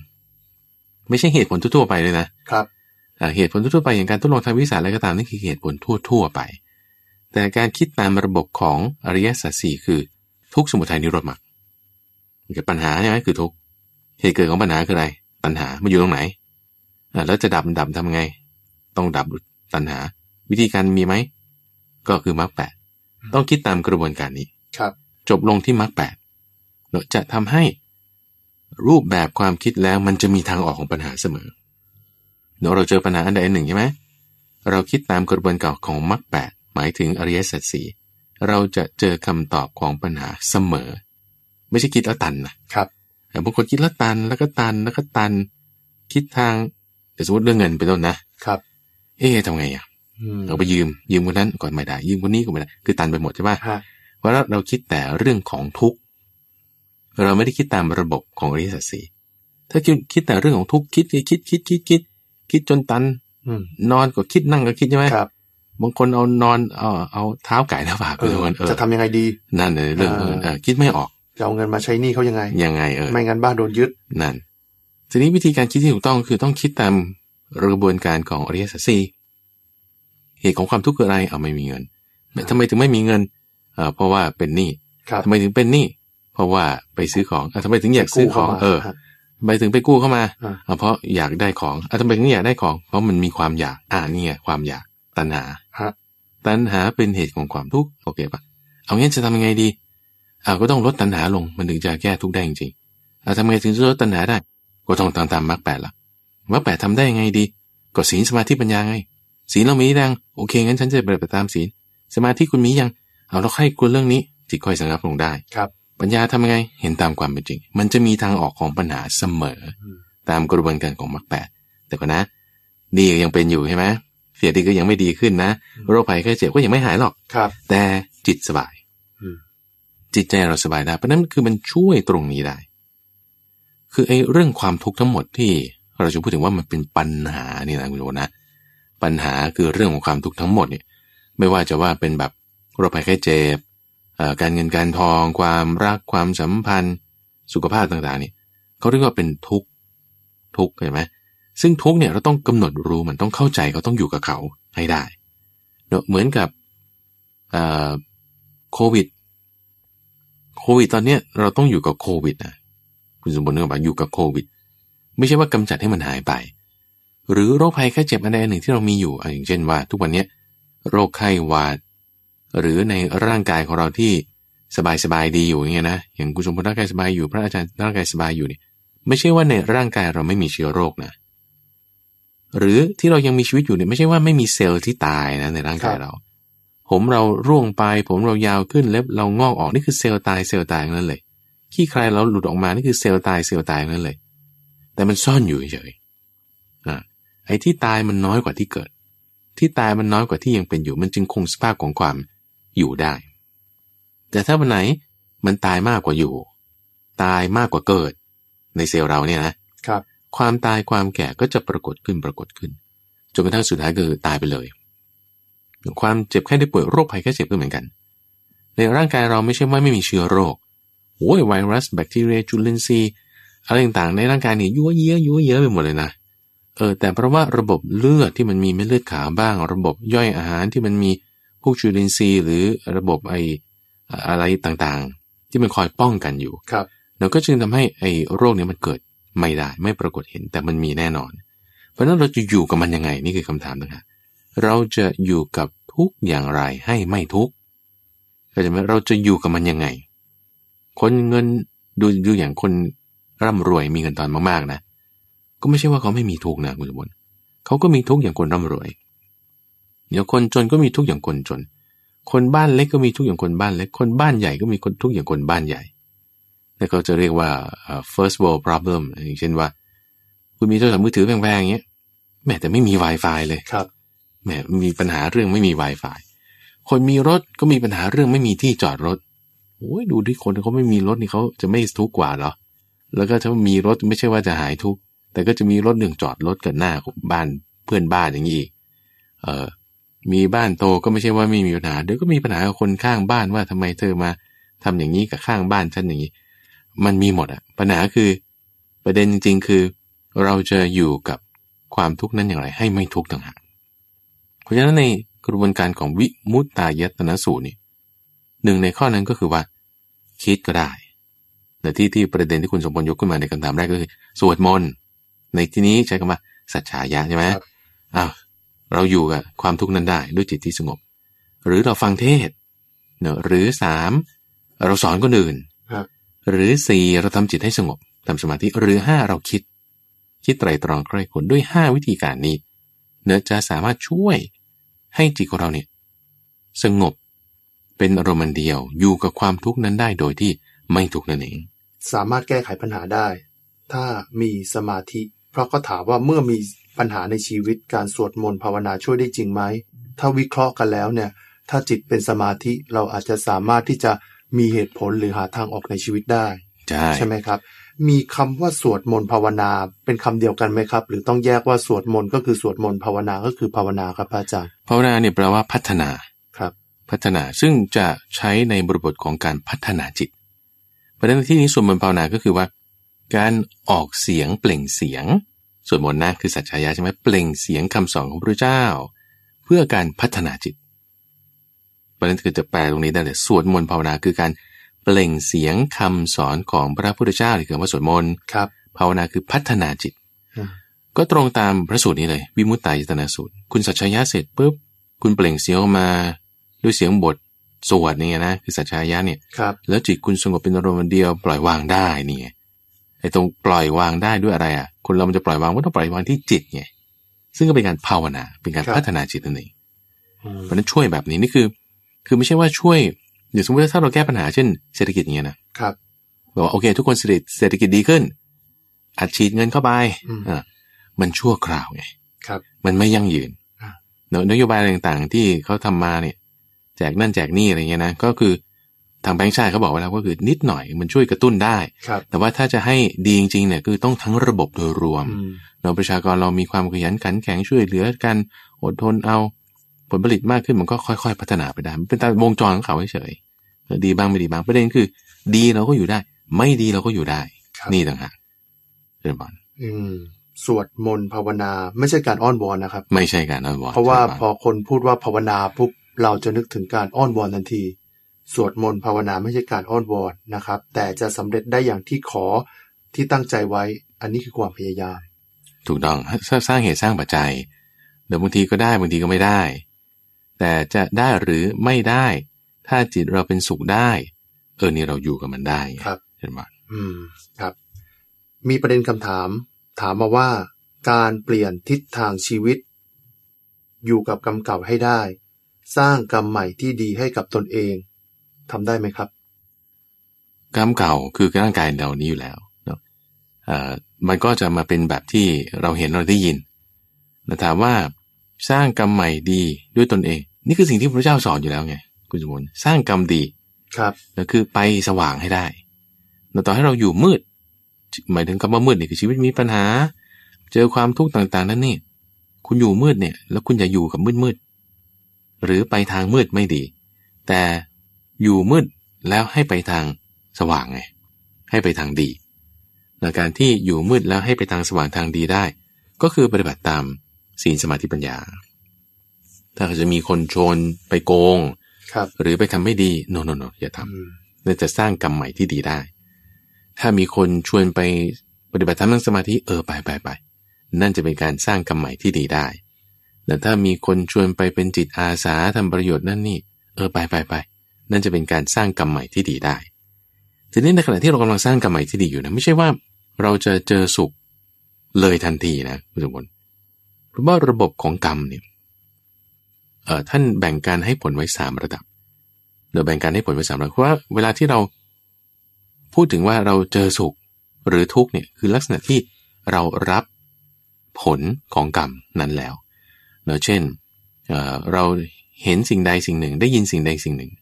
S2: ไม่ใช่เหตุผลทั่วๆไปเลยนะครับ อ่าเหตุผลทั่วๆไปอย่างการทดลองทางวิสาอะไรก็ตามนี่คือเหตุผลทั่ว ๆ ไป แต่การคิดตามระบบของอริยสัจสี่คือ ทุกข์สมุทัยนิโรธมรรคมันเกิดปัญหาใช่ไหมคือทุกข์เหตุเกิดของปัญหาคืออะไร ตัณหามันอยู่ตรงไหนอ่าแล้วจะดับมันดับทำไง ต้องดับตัณหา วิธีการมีไหมก็คือมรรคแปดต้องคิดตามกระบวนการนี้
S1: ครับ
S2: จบลงที่มรรคแปดเราจะทำให้รูปแบบความคิดแล้วมันจะมีทางออกของปัญหาเสมอเนาะเราเจอปัญหาอันใดอันหนึ่งใช่ไหมเราคิดตามกระบวนการของมรรคแปดหมายถึงอริยสัจสี่เราจะเจอคำตอบของปัญหาเสมอ ไม่ใช่คิดแล้วตันนะครับ แต่บางคนคิดแล้วตันแล้วก็ตันแล้วก็ตัน คิดทางเดี๋ยวสมมติเรื่องเงินเป็นต้นนะครับ เอ๊ะทำไงอ่ะ
S1: อืม
S2: เราไปยืมยืมคนนั้นก่อนไม่ได้ยืมคนนี้ก็ไม่ได้คือตันไปหมดใช่ปะ
S1: ฮะ
S2: เพราะเราคิดแต่เรื่องของทุกข์ เราไม่ได้คิดตามระบบของอริยสัจสีถ้าคิดคิดแต่เรื่องของทุกข์คิดคิดคิดคิดคิดคิดจนตัน
S1: อืม
S2: นอนก็คิดนั่งก็คิดใช่ไหม
S1: ครับ
S2: บางคนเอานอนเอาเอาเท้าไก่หน้าผากไป
S1: เออ
S2: ทุกคนเออ
S1: จะทำยังไงดี
S2: นั่นเลยเรื่อง
S1: อ่า
S2: เออเออคิดไม่ออก
S1: จะเอาเงินมาใช้หนี้เขายังไง
S2: ยังไงเออ
S1: ไม่งั้นบ้านโดนยึด
S2: นั่นทีนี้วิธีการคิดที่ถูกต้องคือต้องคิดตามกระบวนการของอริยสัจสีเหตุของความทุกข์คืออะไรเอาไม่มีเงินทำไมถึงไม่มีเงินเอ่อเพราะว่าเป็นหนี้
S1: ครับ
S2: ทำไมถึงเป็นหนี้เพราะว่าไปซื้อของอ่ะทำไมถึงอยากซื้อของ
S1: กู้ข้ม
S2: เออ
S1: ฮะ
S2: ทำไมถึงไปกู้เข้ามา
S1: อ่า
S2: อ่ะเพราะอยากได้ของอ่ะทำไมถึงอยากได้ของ เพราะมันมีความอยาก อ่านี่ไงความอยากตัณหา
S1: ฮะ
S2: ตัณหาเป็นเหตุของความทุกข์โอเคปะเอางี้จะทำยังไงดีอ่าก็ต้องลดตัณหาลงมันถึงจะแก้ทุกข์ได้จริงๆอ่าทำไงถึงจะลดตัณหาได้ ก็ต้องตามตามมรรคแปดละมรรคแปดทำได้ยังไงดี ก็ศีลสมาธิปัญญาไง ศีลเรามีหรือยังโอเคงั้นฉันจะปฏิบัติตามศีลสมาธิคุณมียังเอาเราใคร่ควรเรื่องนี้จิตค่อยสงบลงได้
S1: ครับ
S2: ปัญญาทำยังไงเห็นตามความเป็นจริง มันจะมีทางออกของปัญหาเสมอ
S1: อืม
S2: ตามกระบวนการของมรรคแปดแต่ก็นะ ดีก็ยังเป็นอยู่ใช่ไหมเสียดีก็ยังไม่ดีขึ้นนะ โรคภัยแค่เจ็บก็ยังไม่หายหรอก
S1: ครับ
S2: แต่จิตสบาย
S1: อืม
S2: จิตใจเราสบายได้เพราะนั้นคือมันช่วยตรงนี้ได้ คือไอ้เรื่องความทุกข์ทั้งหมดที่เราจะพูดถึงว่ามันเป็นปัญหานี่นะคุณโยนะ ปัญหาคือเรื่องของความทุกข์ทั้งหมดเนี่ย ไม่ว่าจะว่าเป็นแบบโรคภัยไข้เจ็บเอ่อการเงินการทอง ความรักความสัมพันธ์ สุขภาพต่างๆเนี่ยเขาเรียกว่าเป็นทุกข์ทุกข์เห็นไหมซึ่งทุกข์เนี่ยเราต้องกำหนดรู้มันต้องเข้าใจเขาต้องอยู่กับเขาให้ได้เนอะเหมือนกับ เอ่อโควิด โควิดตอนเนี้ยเราต้องอยู่กับโควิดนะคุณสมบูรณ์ก็บอกอยู่กับโควิด ไม่ใช่ว่ากำจัดให้มันหายไป หรือโรคภัยแค่เจ็บอันใดอันหนึ่งที่เรามีอยู่อ่ะอย่างเช่นว่า ทุกวันเนี้ยโรคไข้หวัด หรือในร่างกายของเราที่สบายสบายๆดีอยู่อย่างเงี้ยนะอย่างคุณสมบูรณ์ร่างกายสบายอยู่พระอาจารย์ร่างกายสบายอยู่เนี่ยไม่ใช่ว่าในร่างกายเราไม่มีเชื้อโรคนะ หรือที่เรายังมีชีวิตอยู่เนี่ยไม่ใช่ว่าไม่มีเซลล์ที่ตายนะในร่างกายเรา ผมเราร่วงไปผมเรายาวขึ้นเล็บเรางอกออกนี่คือเซลล์ตายเซลล์ตายทั้งนั้นเลยขี้ใครเราหลุดออกมานี่คือเซลล์ตายเซลล์ตายทั้งนั้นเลย แต่มันซ่อนอยู่เฉยๆอ่าไอ้ที่ตายมันน้อยกว่าที่เกิด ที่ตายมันน้อยกว่าที่ยังเป็นอยู่ มันจึงคงสภาพของความอยู่ได้ แต่ถ้าวันไหนมันตายมากกว่าอยู่ ตายมากกว่าเกิด ในเซลล์เราเนี่ยนะ
S1: ครับ
S2: ความตายความแก่ก็จะปรากฏขึ้นปรากฏขึ้นจนกระทั่งสุดท้ายคือตายไปเลยความเจ็บแค่ได้ป่วยโรคภัยแค่เจ็บก็เหมือนกัน ในร่างกายเราไม่ใช่ว่าไม่มีเชื้อโรคโอ้ยไวรัสแบคทีเรียจุลินทรีย์อะไรต่างๆในร่างกายเนี่ยยั่วเย้ยยั่วเย้ยไปหมดเลยนะเออแต่เพราะว่าระบบเลือดที่มันมีเม็ดเลือดขาวบ้าง ระบบย่อยอาหารที่มันมีพวกจุลินทรีย์หรือระบบไออะไรต่างๆ ที่มันคอยป้องกันอยู่
S1: ครับ
S2: เราก็จึงทำให้ไอ้โรคเนี้มันเกิดไม่ได้ ไม่ปรากฏเห็นแต่มันมีแน่นอน เพราะฉะนั้นเราจะอยู่กับมันยังไงนี่คือคำถามต่างหากเราจะอยู่กับทุกข์อย่างไรให้ไม่ทุกข์เข้าใจไหมเราจะอยู่กับมันยังไง คนเงินดูดูอย่างคนร่ำรวยมีเงินตอนมากๆนะ ก็ไม่ใช่ว่าเขาไม่มีทุกข์นะคุณสมบัติเขาก็มีทุกข์อย่างคนร่ำรวยเดี๋ยวคนจนก็มีทุกข์อย่างคนจน คนบ้านเล็กก็มีทุกข์อย่างคนบ้านเล็ก คนบ้านใหญ่ก็มีคนทุกข์อย่างคนบ้านใหญ่ แล้วเขาจะเรียกว่าเอ่อ first world problem อย่างเช่นว่า คุณมีโทรศัพท์มือถือแพงๆอย่างเงี้ยแหม่แต่ไม่มี Wi-Fi เลย
S1: ครับ
S2: แหม่มีปัญหาเรื่องไม่มี Wi-Fi คนมีรถก็มีปัญหาเรื่องไม่มีที่จอดรถโอ้ยดูที่คนเขาไม่มีรถนี่เขาจะไม่ทุกข์กว่าเหรอ แล้วก็ถ้ามีรถไม่ใช่ว่าจะหายทุกข์แต่ก็จะมีรถหนึ่งจอดรถกันหน้าของบ้านเพื่อนบ้านอย่างนี้อีก เออมีบ้านโตก็ไม่ใช่ว่าไม่มีปัญหาเดี๋ยวก็มีปัญหากับคนข้างบ้านว่าทำไมเธอมาทำอย่างนี้กับข้างบ้านฉันอย่างนี้ มันมีหมดอะปัญหาคือ ประเด็นจริงๆ คือ เราจะอยู่กับความทุกข์นั้นอย่างไร ให้ไม่ทุกข์ต่างหากเพราะฉะนั้นในกระบวนการของวิมุตตายตนะสูตรนี่หนึ่งในข้อนั้นก็คือว่า คิดก็ได้ แต่ที่ที่ประเด็นที่คุณสมพลยกขึ้นมาในคำถามแรกก็คือ สวดมนต์ในที่นี้ใช้คำว่าสัจฉายะใช่ไหม
S1: ครับ
S2: อ้าวเราอยู่กับความทุกข์นั้นได้ด้วยจิตที่สงบ หรือเราฟังเทศน์เนอะหรือสามเราสอนคนอื่น หรือสี่เราทำจิตให้สงบทำสมาธิหรือห้าเราคิด คิดไตรตรองใคร่ครวญด้วยห้าวิธีการนี้ เนื้อจะสามารถช่วยให้จิตของเราเนี่ยสงบเป็นอารมณ์อันเดียวอยู่กับความทุกข์นั้นได้โดยที่ไม่ทุกข์นั่นเอง
S1: สามารถแก้ไขปัญหาได้ ถ้ามีสมาธิ เพราะก็ถามว่าเมื่อมีปัญหาในชีวิตการสวดมนต์ภาวนาช่วยได้จริงไหม ถ้าวิเคราะห์กันแล้วเนี่ย ถ้าจิตเป็นสมาธิเราอาจจะสามารถที่จะมีเหตุผลหรือหาทางออกในชีวิตได้
S2: ใช่
S1: ใช่ไหมครับ มีคำว่าสวดมนต์ภาวนาเป็นคำเดียวกันไหมครับ หรือต้องแยกว่าสวดมนต์ก็คือสวดมนต์ภาวนาก็คือภาวนาครับพระอาจารย์
S2: ภาวนาเนี่ยแปลว่าพัฒนา
S1: ครับ
S2: พัฒนาซึ่งจะใช้ในบริบทของการพัฒนาจิต ประเด็นที่นี้ส่วนมนต์ภาวนาก็คือว่า การออกเสียงเปล่งเสียง ส่วนมนต์นะคือสัจชายาใช่ไหมเปล่งเสียงคำสอนของพระเจ้า เพื่อการพัฒนาจิต ประเด็นคือจะแปลตรงนี้ได้เลยสวดมนต์ภาวนาคือการเปล่งเสียงคำสอนของพระพุทธเจ้าหรือคำว่าสวดมนต์
S1: ครับ
S2: ภาวนาคือพัฒนาจิต
S1: อืม
S2: ก็ตรงตามพระสูตรนี้เลย วิมุตตายตนาสูตร คุณสัจชายะเสร็จปุ๊บคุณเปล่งเสียงออกมา ด้วยเสียงบทสวดเนี่ยนะคือสัจชายะเนี่ย
S1: ครับ
S2: แล้วจิตคุณสงบเป็นอารมณ์อันเดียวปล่อยวางได้นี่ไงไอ้ตรงปล่อยวางได้ด้วยอะไรอ่ะคนเรามันจะปล่อยวางก็ต้องปล่อยวางที่จิตไงซึ่งก็เป็นการภาวนาเป็นการพัฒนาจิตนั่นเอง
S1: อืม
S2: เพราะฉะนั้นช่วยแบบนี้นี่คือ คือไม่ใช่ว่าช่วยเดี๋ยวสมมติว่าถ้าเราแก้ปัญหาเช่นเศรษฐกิจอย่างเงี้ยนะครับ บอกว่าโอเค ทุกคนเศรษฐเศรษฐกิจดีขึ้นอัดฉีดเงินเข้าไป
S1: อืม
S2: อ่ามันชั่วคราวไง
S1: ครับ
S2: มันไม่ยั่งยืน
S1: อ่า
S2: เนอะนโยบายอะไรต่างๆ ที่เขาทำมาเนี่ย แจกนั่นแจกนี่อะไรเงี้ยนะ ก็คือทางแบงค์ชาติเขาบอกไว้แล้วก็คือนิดหน่อยมันช่วยกระตุ้นได้
S1: ครับ
S2: แต่ว่าถ้าจะให้ดีจริงๆเนี่ยคือต้องทั้งระบบโดยรวม
S1: อืม
S2: เนอะประชากรเรามีความขยันขันแข็งช่วยเหลือกันอดทนเอาผลผลิตมากขึ้นมันก็ค่อยๆ พัฒนาไปได้มันเป็นตามวงจรของเขาเฉยๆเออดีบ้างไม่ดีบ้างประเด็นคือ ดีเราก็อยู่ได้ ไม่ดีเราก็อยู่ได้
S1: ครับ
S2: นี่ต่างหากเรื่องบอล
S1: อืมสวดมนต์ภาวนาไม่ใช่การอ้อนวอนนะครับ
S2: ไม่ใช่การอ้อนวอน
S1: เพราะว่าพอคนพูดว่าภาวนาปุ๊บเราจะนึกถึงการอ้อนวอนทันที สวดมนต์ภาวนาไม่ใช่การอ้อนวอนนะครับ แต่จะสำเร็จได้อย่างที่ขอที่ตั้งใจไว้ อันนี้คือความพยายาม
S2: ถูกต้องสร้างสร้างเหตุสร้างปัจจัยเดี๋ยวบางทีก็ได้บางทีก็ไม่ได้ แต่จะได้หรือไม่ได้ ถ้าจิตเราเป็นสุขได้ เออนี่เราอยู่กับมันได้ไง
S1: ครับ
S2: เห็นไหม
S1: อืมครับ มีประเด็นคำถาม ถามมาว่า การเปลี่ยนทิศทางชีวิต อยู่กับกรรมเก่าให้ได้ สร้างกรรมใหม่ที่ดีให้กับตนเองทำได้ไหมครับ
S2: กรรมเก่าคือร่างกายเรานี้อยู่แล้วเนาะเอ่อมันก็จะมาเป็นแบบที่เราเห็นเราได้ยินแต่ถามว่าสร้างกรรมใหม่ดีด้วยตนเอง นี่คือสิ่งที่พระเจ้าสอนอยู่แล้วไงคุณสมบูรณ์สร้างกรรมดี
S1: ครับ
S2: นะคือไปสว่างให้ได้นะต่อให้เราอยู่มืด หมายถึงคำว่ามืดเนี่ยคือชีวิตมีปัญหา เจอความทุกข์ต่างๆ นั่นนี่ คุณอยู่มืดเนี่ย แล้วคุณอย่าอยู่กับมืดมืดๆหรือไปทางมืดไม่ดี แต่อยู่มืดแล้วให้ไปทางสว่างไง ให้ไปทางดีนะการที่อยู่มืดแล้วให้ไปทางสว่างทางดีได้ ก็คือปฏิบัติตามศีลสมาธิปัญญา ถ้าจะมีคนชนไปโกง
S1: ครับ
S2: หรือไปทำไม่ดีโนโนโนอย่าทำ
S1: อืม
S2: น่าจะสร้างกรรมใหม่ที่ดีได้ ถ้ามีคนชวนไปปฏิบัติธรรมนั่งสมาธิเออไปไปไปนั่นจะเป็นการสร้างกรรมใหม่ที่ดีได้ แต่ถ้ามีคนชวนไปเป็นจิตอาสาทำประโยชน์นั่นนี่ เออไปไปไปนั่นจะเป็นการสร้างกรรมใหม่ที่ดีได้ ทีนี้ในขณะที่เรากำลังสร้างกรรมใหม่ที่ดีอยู่นะไม่ใช่ว่าเราจะเจอสุขเลยทันทีนะคุณสมบูรณ์เพราะว่าระบบของกรรมเนี่ยเออท่านแบ่งการให้ผลไว้สามระดับ เดี๋ยวแบ่งการให้ผลเป็นสามระดับเพราะว่าเวลาที่เราพูดถึงว่าเราเจอสุขหรือทุกข์เนี่ยคือลักษณะที่เรารับผลของกรรมนั้นแล้วเนาะเช่นเอ่อเราเห็นสิ่งใดสิ่งหนึ่ง ได้ยินสิ่งใดสิ่งหนึ่ง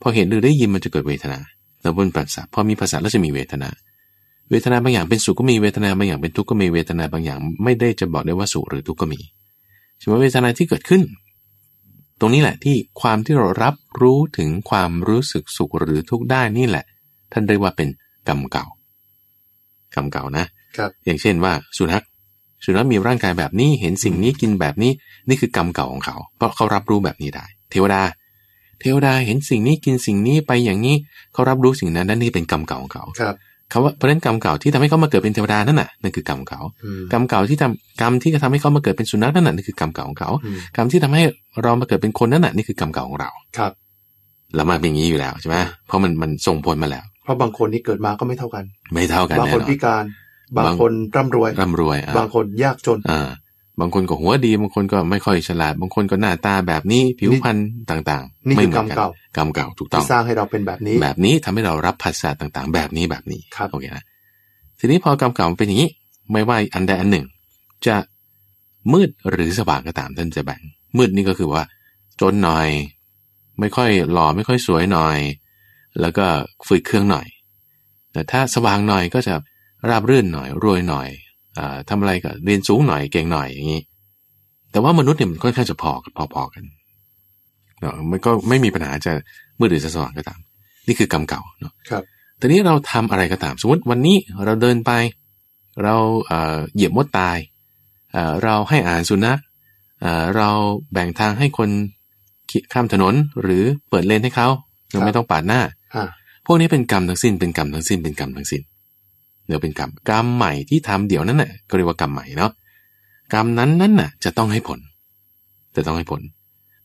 S2: พอเห็นหรือได้ยินมันจะเกิดเวทนาเราบนภาษาพอมีภาษาแล้วจะมีเวทนา เวทนาบางอย่างเป็นสุขก็มีเวทนาบางอย่างเป็นทุกข์ก็มีเวทนาบางอย่าง ไม่ได้จะบอกได้ว่าสุขหรือทุกข์ก็มีใช่ไหมเวทนาที่เกิดขึ้น ตรงนี้แหละที่ความที่เรารับรู้ถึงความรู้สึกสุขหรือทุกข์ได้นี่แหละ ท่านเรียกว่าเป็นกรรมเก่ากรรมเก่านะครับ อย่างเช่นว่าสุนัขสุนัขมีร่างกายแบบนี้เห็นสิ่งนี้กินแบบนี้นี่คือกรรมเก่าของเขา เพราะเขารับรู้แบบนี้ได้ เทวดา เทวดาเห็นสิ่งนี้กินสิ่งนี้ไปอย่างนี้เขารับรู้สิ่งนั้นนั่นนี่เป็นกรรมเก่าของเขา
S1: ครับ
S2: คำว่าเพราะฉะนั้นกรรมเก่าที่ทำให้เขามาเกิดเป็นเทวดานั่นน่ะนั่นคือกรรมเก่า
S1: อืม
S2: กรรมเก่าที่ทำกรรมที่ทำให้เขามาเกิดเป็นสุนัขนั่นน่ะนี่คือกรรมเก่าของเขา
S1: อืม
S2: กรรมที่ทำให้เรามาเกิดเป็นคนนั่นน่ะนี่คือกรรมเก่าของเรา
S1: ครับ
S2: เรามาเป็นอย่างนี้อยู่แล้วใช่ไหมเพราะมันมันส่งผลมาแล้ว
S1: เพราะบางคนนี่เกิดมาก็ไม่เท่ากัน
S2: ไม่เท่ากัน
S1: บาง
S2: แน่
S1: คน
S2: นอ
S1: พิ
S2: น
S1: การ บาง
S2: บาง
S1: คนร่ำรวย
S2: ร่ำรวยอ่ะ
S1: บางคนยากจน
S2: อ่าบางคนก็หัวดีบางคนก็ไม่ค่อยฉลาด บางคนก็หน้าตาแบบนี้ผิวพรรณต่าง
S1: นี่
S2: ๆ ไม่
S1: คือ
S2: เหมื
S1: กรร
S2: อ
S1: ม
S2: นกัน
S1: เก่า
S2: กรรมเก่าถูกต้อ
S1: ที่
S2: ง
S1: สร้างให้เราเป็นแบบนี้
S2: แบบนี้ทำให้เรารับภาษาต่างๆ แบบนี้แบบนี้
S1: ครับ
S2: โอเคนะทีนี้พอกรรมเก่ามันเป็นอย่างนี้ ไม่ว่าอันใดอันหนึ่ง จะมืดหรือสว่างก็ตามท่านจะแบ่ง มืดนี่ก็คือว่า จนหน่อย ไม่ค่อยหล่อไม่ค่อยสวยหน่อย แล้วก็ฝืดเครื่องหน่อย แต่ถ้าสว่างหน่อยก็จะราบรื่นหน่อยรวยหน่อยอาทำอะไรก็เรียนสูงหน่อยเก่งหน่อยอย่างนี้ แต่ว่ามนุษย์เนี่ยมันค่อนข้างจะพอกันพอๆกันเนาะมันก็ไม่มีปัญหาจะมืดหรือจะสว่างก็ตาม นี่คือกรรมเก่าเนาะ
S1: ครับ
S2: ทีนี้เราทำอะไรก็ตาม สมมติวันนี้เราเดินไป เราเอ่อเหยียบมดตายเอ่อเราให้อาหารสุนัขเอ่อเราแบ่งทางให้คนขี่ข้ามถนนหรือเปิดเลนให้เขาเราไม่ต้องปาดหน้า
S1: อ่า
S2: พวกนี้เป็นกรรมทั้งสิ้น เป็นกรรมทั้งสิ้น เป็นกรรมทั้งสิ้นเดี๋ยวเป็นกรรม กรรมใหม่ที่ทำเดี๋ยวนั้นน่ะก็เรียกว่ากรรมใหม่เนาะ กรรมนั้นนั้นน่ะ จะต้องให้ผล จะต้องให้ผล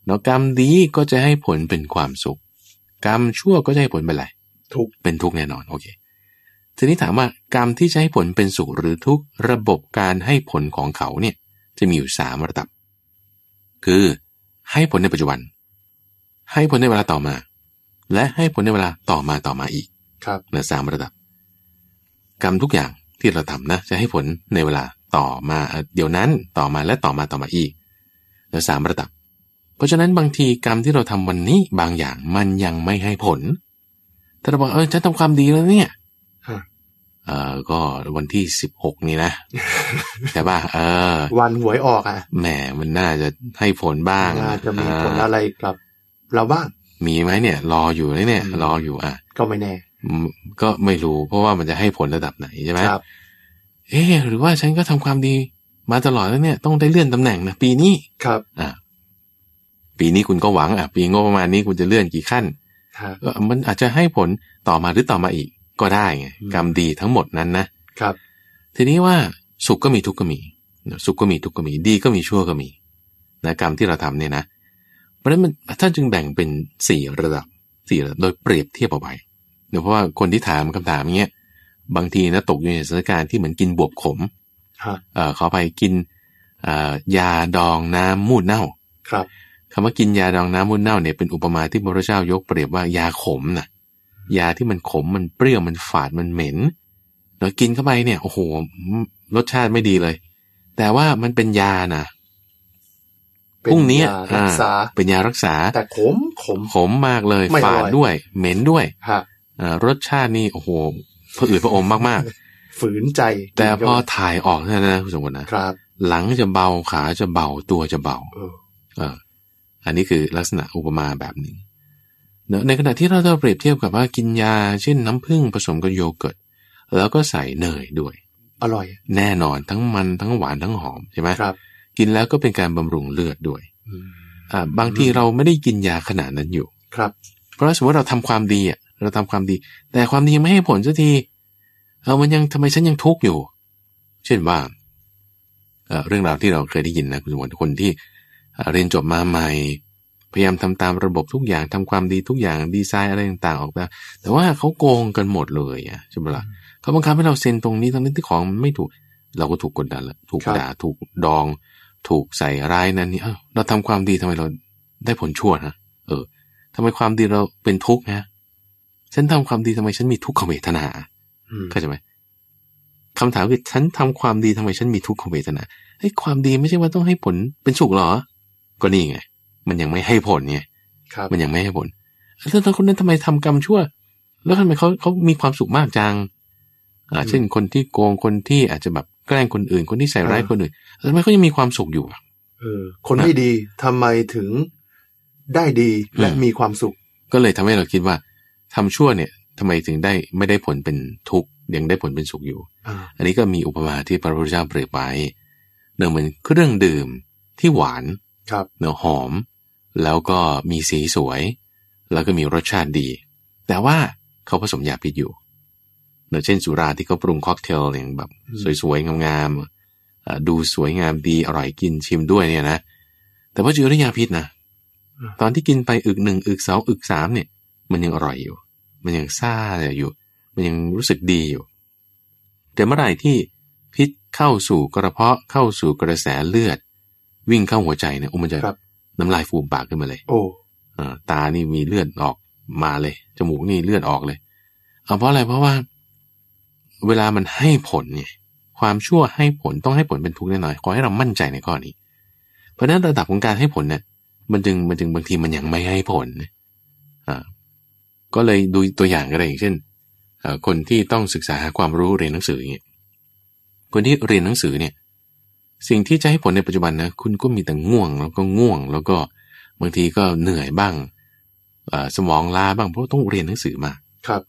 S2: เนาะกรรมดีก็จะให้ผลเป็นความสุข กรรมชั่วก็จะให้ผลเป็นอะไร
S1: ทุกข์
S2: เป็นทุกข์แน่นอนโอเค ทีนี้ถามว่ากรรมที่จะให้ผลเป็นสุขหรือทุกข์ระบบการให้ผลของเขาเนี่ยจะมีอยู่สามระดับ คือให้ผลในปัจจุบัน ให้ผลในเวลาต่อมา และให้ผลในเวลาต่อมาต่อมาอีก
S1: ครับ
S2: นะสามระดับ กรรมทุกอย่างที่เราทำนะจะให้ผลในเวลาต่อมาเอ่อเดี๋ยวนั้นต่อมาและต่อมาต่อมาอีกนะสามระดับ เพราะฉะนั้นบางทีกรรมที่เราทำวันนี้บางอย่างมันยังไม่ให้ผล แต่เราบอกเออฉันทำความดีแล้วเนี่ย
S1: ฮะ
S2: เออก็วันที่สิบหก นี่นะ แต่ว่าเออ
S1: วันหวยออกอ่ะ
S2: แหมมันน่าจะให้ผลบ้าง
S1: น่าจะมีผล
S2: อ่า
S1: อะไรกับ เราบ้าง
S2: มีไหมเนี่ย รออยู่เลยเนี่ย
S1: อืม
S2: รออยู่อ่ะ
S1: ก็ไม่แน่
S2: อืมก็ไม่รู้เพราะว่ามันจะให้ผลระดับไหนใช่ไหม
S1: ครับ
S2: เออหรือว่าฉันก็ทำความดีมาตลอดแล้วเนี่ย ต้องได้เลื่อนตำแหน่งนะปีนี้
S1: ครับ
S2: อ่ะปีนี้คุณก็หวังอ่ะปีงบประมาณนี้คุณจะเลื่อนกี่ขั้น
S1: ฮะ
S2: เออมันอาจจะให้ผลต่อมาหรือต่อมาอีกก็ได้ไง
S1: อืม
S2: กรรมดีทั้งหมดนั้นนะครับ ทีนี้ว่าสุขก็มีทุกข์ก็มีสุขก็มีทุกข์ก็มีดีก็มีชั่วก็มีนะกรรมที่เราทำเนี่ยนะ เพราะฉะนั้นมันท่านจึงแบ่งเป็นสี่ระดับสี่ระดับโดยเปรียบเทียบเอาไว้เนื่องเพราะว่าคนที่ถามคำถามอย่างเงี้ยบางทีนะตกอยู่ในสถานการณ์ที่เหมือนกินบวบขม
S1: ฮะ
S2: เอ่อขอไปกินเอ่อยาดองน้ำมูดเน่า
S1: ครับ
S2: คำว่ากินยาดองน้ำมูลเน่าเนี่ยเป็นอุปมาที่พระพุทธเจ้ายกเปรียบว่ายาขมนะยาที่มันขมมันเปรี้ยวมันฝาดมันเหม็นแล้วกินเข้าไปเนี่ยโอ้โหรสชาติไม่ดีเลย แต่ว่ามันเป็นยานะ
S1: เป็
S2: พรุ่งนี้
S1: ยารักษา
S2: อ่เป็นยารักษา
S1: แต่ขมขม
S2: ขมมากเลย
S1: ไม่อร่อย
S2: ฝาดด้วย เหม็นด้วย
S1: ฮะ
S2: อ่ารสชาตินี่โอ้โหผะอืดผะอมมาก
S1: ฝืนใจ
S2: ๆ แต่พ
S1: กิน
S2: อ
S1: เข้าไป
S2: ถ่ายออกเท่านั้นนะคุณสมบัตินะครับ หลังจะเบาขาจะเบาตัวจะเบา
S1: เออ
S2: เอออันนี้คือลักษณะอุปมาแบบหนึ่งเนอะในขณะที่เราจะเปรียบเทียบกับว่ากินยาเช่นน้ำผึ้งผสมกับโยเกิร์ต แล้วก็ใส่เนยด้วย
S1: อร่อย
S2: แน่นอนทั้งมันทั้งหวานทั้งหอมใช่ไหม
S1: ครับ
S2: กินแล้วก็เป็นการบำรุงเลือดด้วย
S1: อืม
S2: อ่าบางทีเราไม่ได้กินยาขนาดนั้นอยู่
S1: ครับ
S2: เพราะสมมติเราทำความดีอ่ะเราทำความดี แต่ความดียังไม่ให้ผลสักทีเออมันยังทำไมฉันยังทุกข์อยู่ เช่นว่าเอ่อเรื่องราวที่เราเคยได้ยินนะคุณสมบัติคนที่เอ่อเรียนจบมาใหม่ พยายามทำตามระบบทุกอย่างทำความดีทุกอย่างดีไซน์อะไรต่างๆออกมาแต่ว่าเขาโกงกันหมดเลยอ่ะใช่ไหมล่ะเขาบังคับให้เราเซ็นตรงนี้ทั้งนี้ที่ของมันไม่ถูก เราก็ถูกกดดันละถูกด่าถูกดอง ถูกใส่ร้ายนั่นนี่เอ้าเราทำความดีทำไมเราได้ผลชั่วนะเออ ทำไมความดีเราเป็นทุกข์นะ ฉันทำความดีทำไมฉันมีทุกขเวทนา
S1: อืม
S2: เข้าใจไหมคำถามคือฉันทำความดีทำไมฉันมีทุกขเวทนาไอ้ยความดีไม่ใช่ว่าต้องให้ผลเป็นสุขหรอ ก็นี่ไง มันยังไม่ให้ผลไง
S1: ครับ
S2: มันยังไม่ให้ผลแล้วแล้วคนนั้นทำไมทำกรรมชั่ว แล้วทำไมเขาเขามีความสุขมากจัง อ่า เช่นคนที่โกง คนที่อาจจะแบบแกล้งคนอื่น คนที่ใส่ร้ายคนอื่นแล้วทำไมเขายังมีความสุขอยู่อะ
S1: เออ คนไม่ดีทำไมถึง ได้ดีและ
S2: อืม
S1: มีความสุข
S2: ก็เลยทำให้เราคิดว่าทำชั่วเนี่ยทำไมถึงได้ไม่ได้ผลเป็นทุกข์ยังได้ผลเป็นสุขอยู่
S1: อ่า
S2: อันนี้ก็มีอุปมาที่พระพุทธเจ้าเปรียบไว้เนื่องเหมือนเครื่องดื่มที่หวาน
S1: ครับ
S2: เนื้อหอม แล้วก็มีสีสวย แล้วก็มีรสชาติดี แต่ว่าเขาผสมยาพิษอยู่เนื่องเช่นสุราที่เขาปรุงค็อกเทลอย่างแบบ
S1: อืม
S2: สวยๆ งามๆเอ่อดูสวยงามดีอร่อยกินชิมด้วยเนี่ยนะ แต่ว่าเจอด้วยยาพิษนะ ตอนที่กินไปอึกหนึ่งอึกสองอึกสามเนี่ย มันยังอร่อยอยู่ มันยังซ่าอยู่ มันยังรู้สึกดีอยู่ แต่เมื่อไหร่ที่พิษเข้าสู่กระเพาะเข้าสู่กระแสเลือด วิ่งเข้าหัวใจเนี่ยโอ้มันจะ
S1: ครับ
S2: น้ำลายฟูมปากขึ้นมาเลย
S1: โอ้
S2: อ่าตานี่มีเลือดออกมาเลย จมูกนี่เลือดออกเลยเอาเพราะอะไรเพราะว่า เวลามันให้ผลเนี่ย ความชั่วให้ผลต้องให้ผลเป็นทุกข์แน่นอนขอให้เรามั่นใจในข้อนี้ เพราะฉะนั้นระดับของการให้ผลเนี่ยมันจึงมันจึงบางทีมันยังไม่ให้ผลอ่าก็เลยดูตัวอย่างก็ได้อย่างเช่นเอ่อคนที่ต้องศึกษาหาความรู้เรียนหนังสืออย่างเงี้ยคนที่เรียนหนังสือเนี่ย สิ่งที่จะให้ผลในปัจจุบันนะคุณก็มีแต่ง่วง แล้วก็ง่วง แล้วก็บางทีก็เหนื่อยบ้างเอ่อสมองล้าบ้างเพราะต้องเรียนหนังสือมาก
S1: ครับ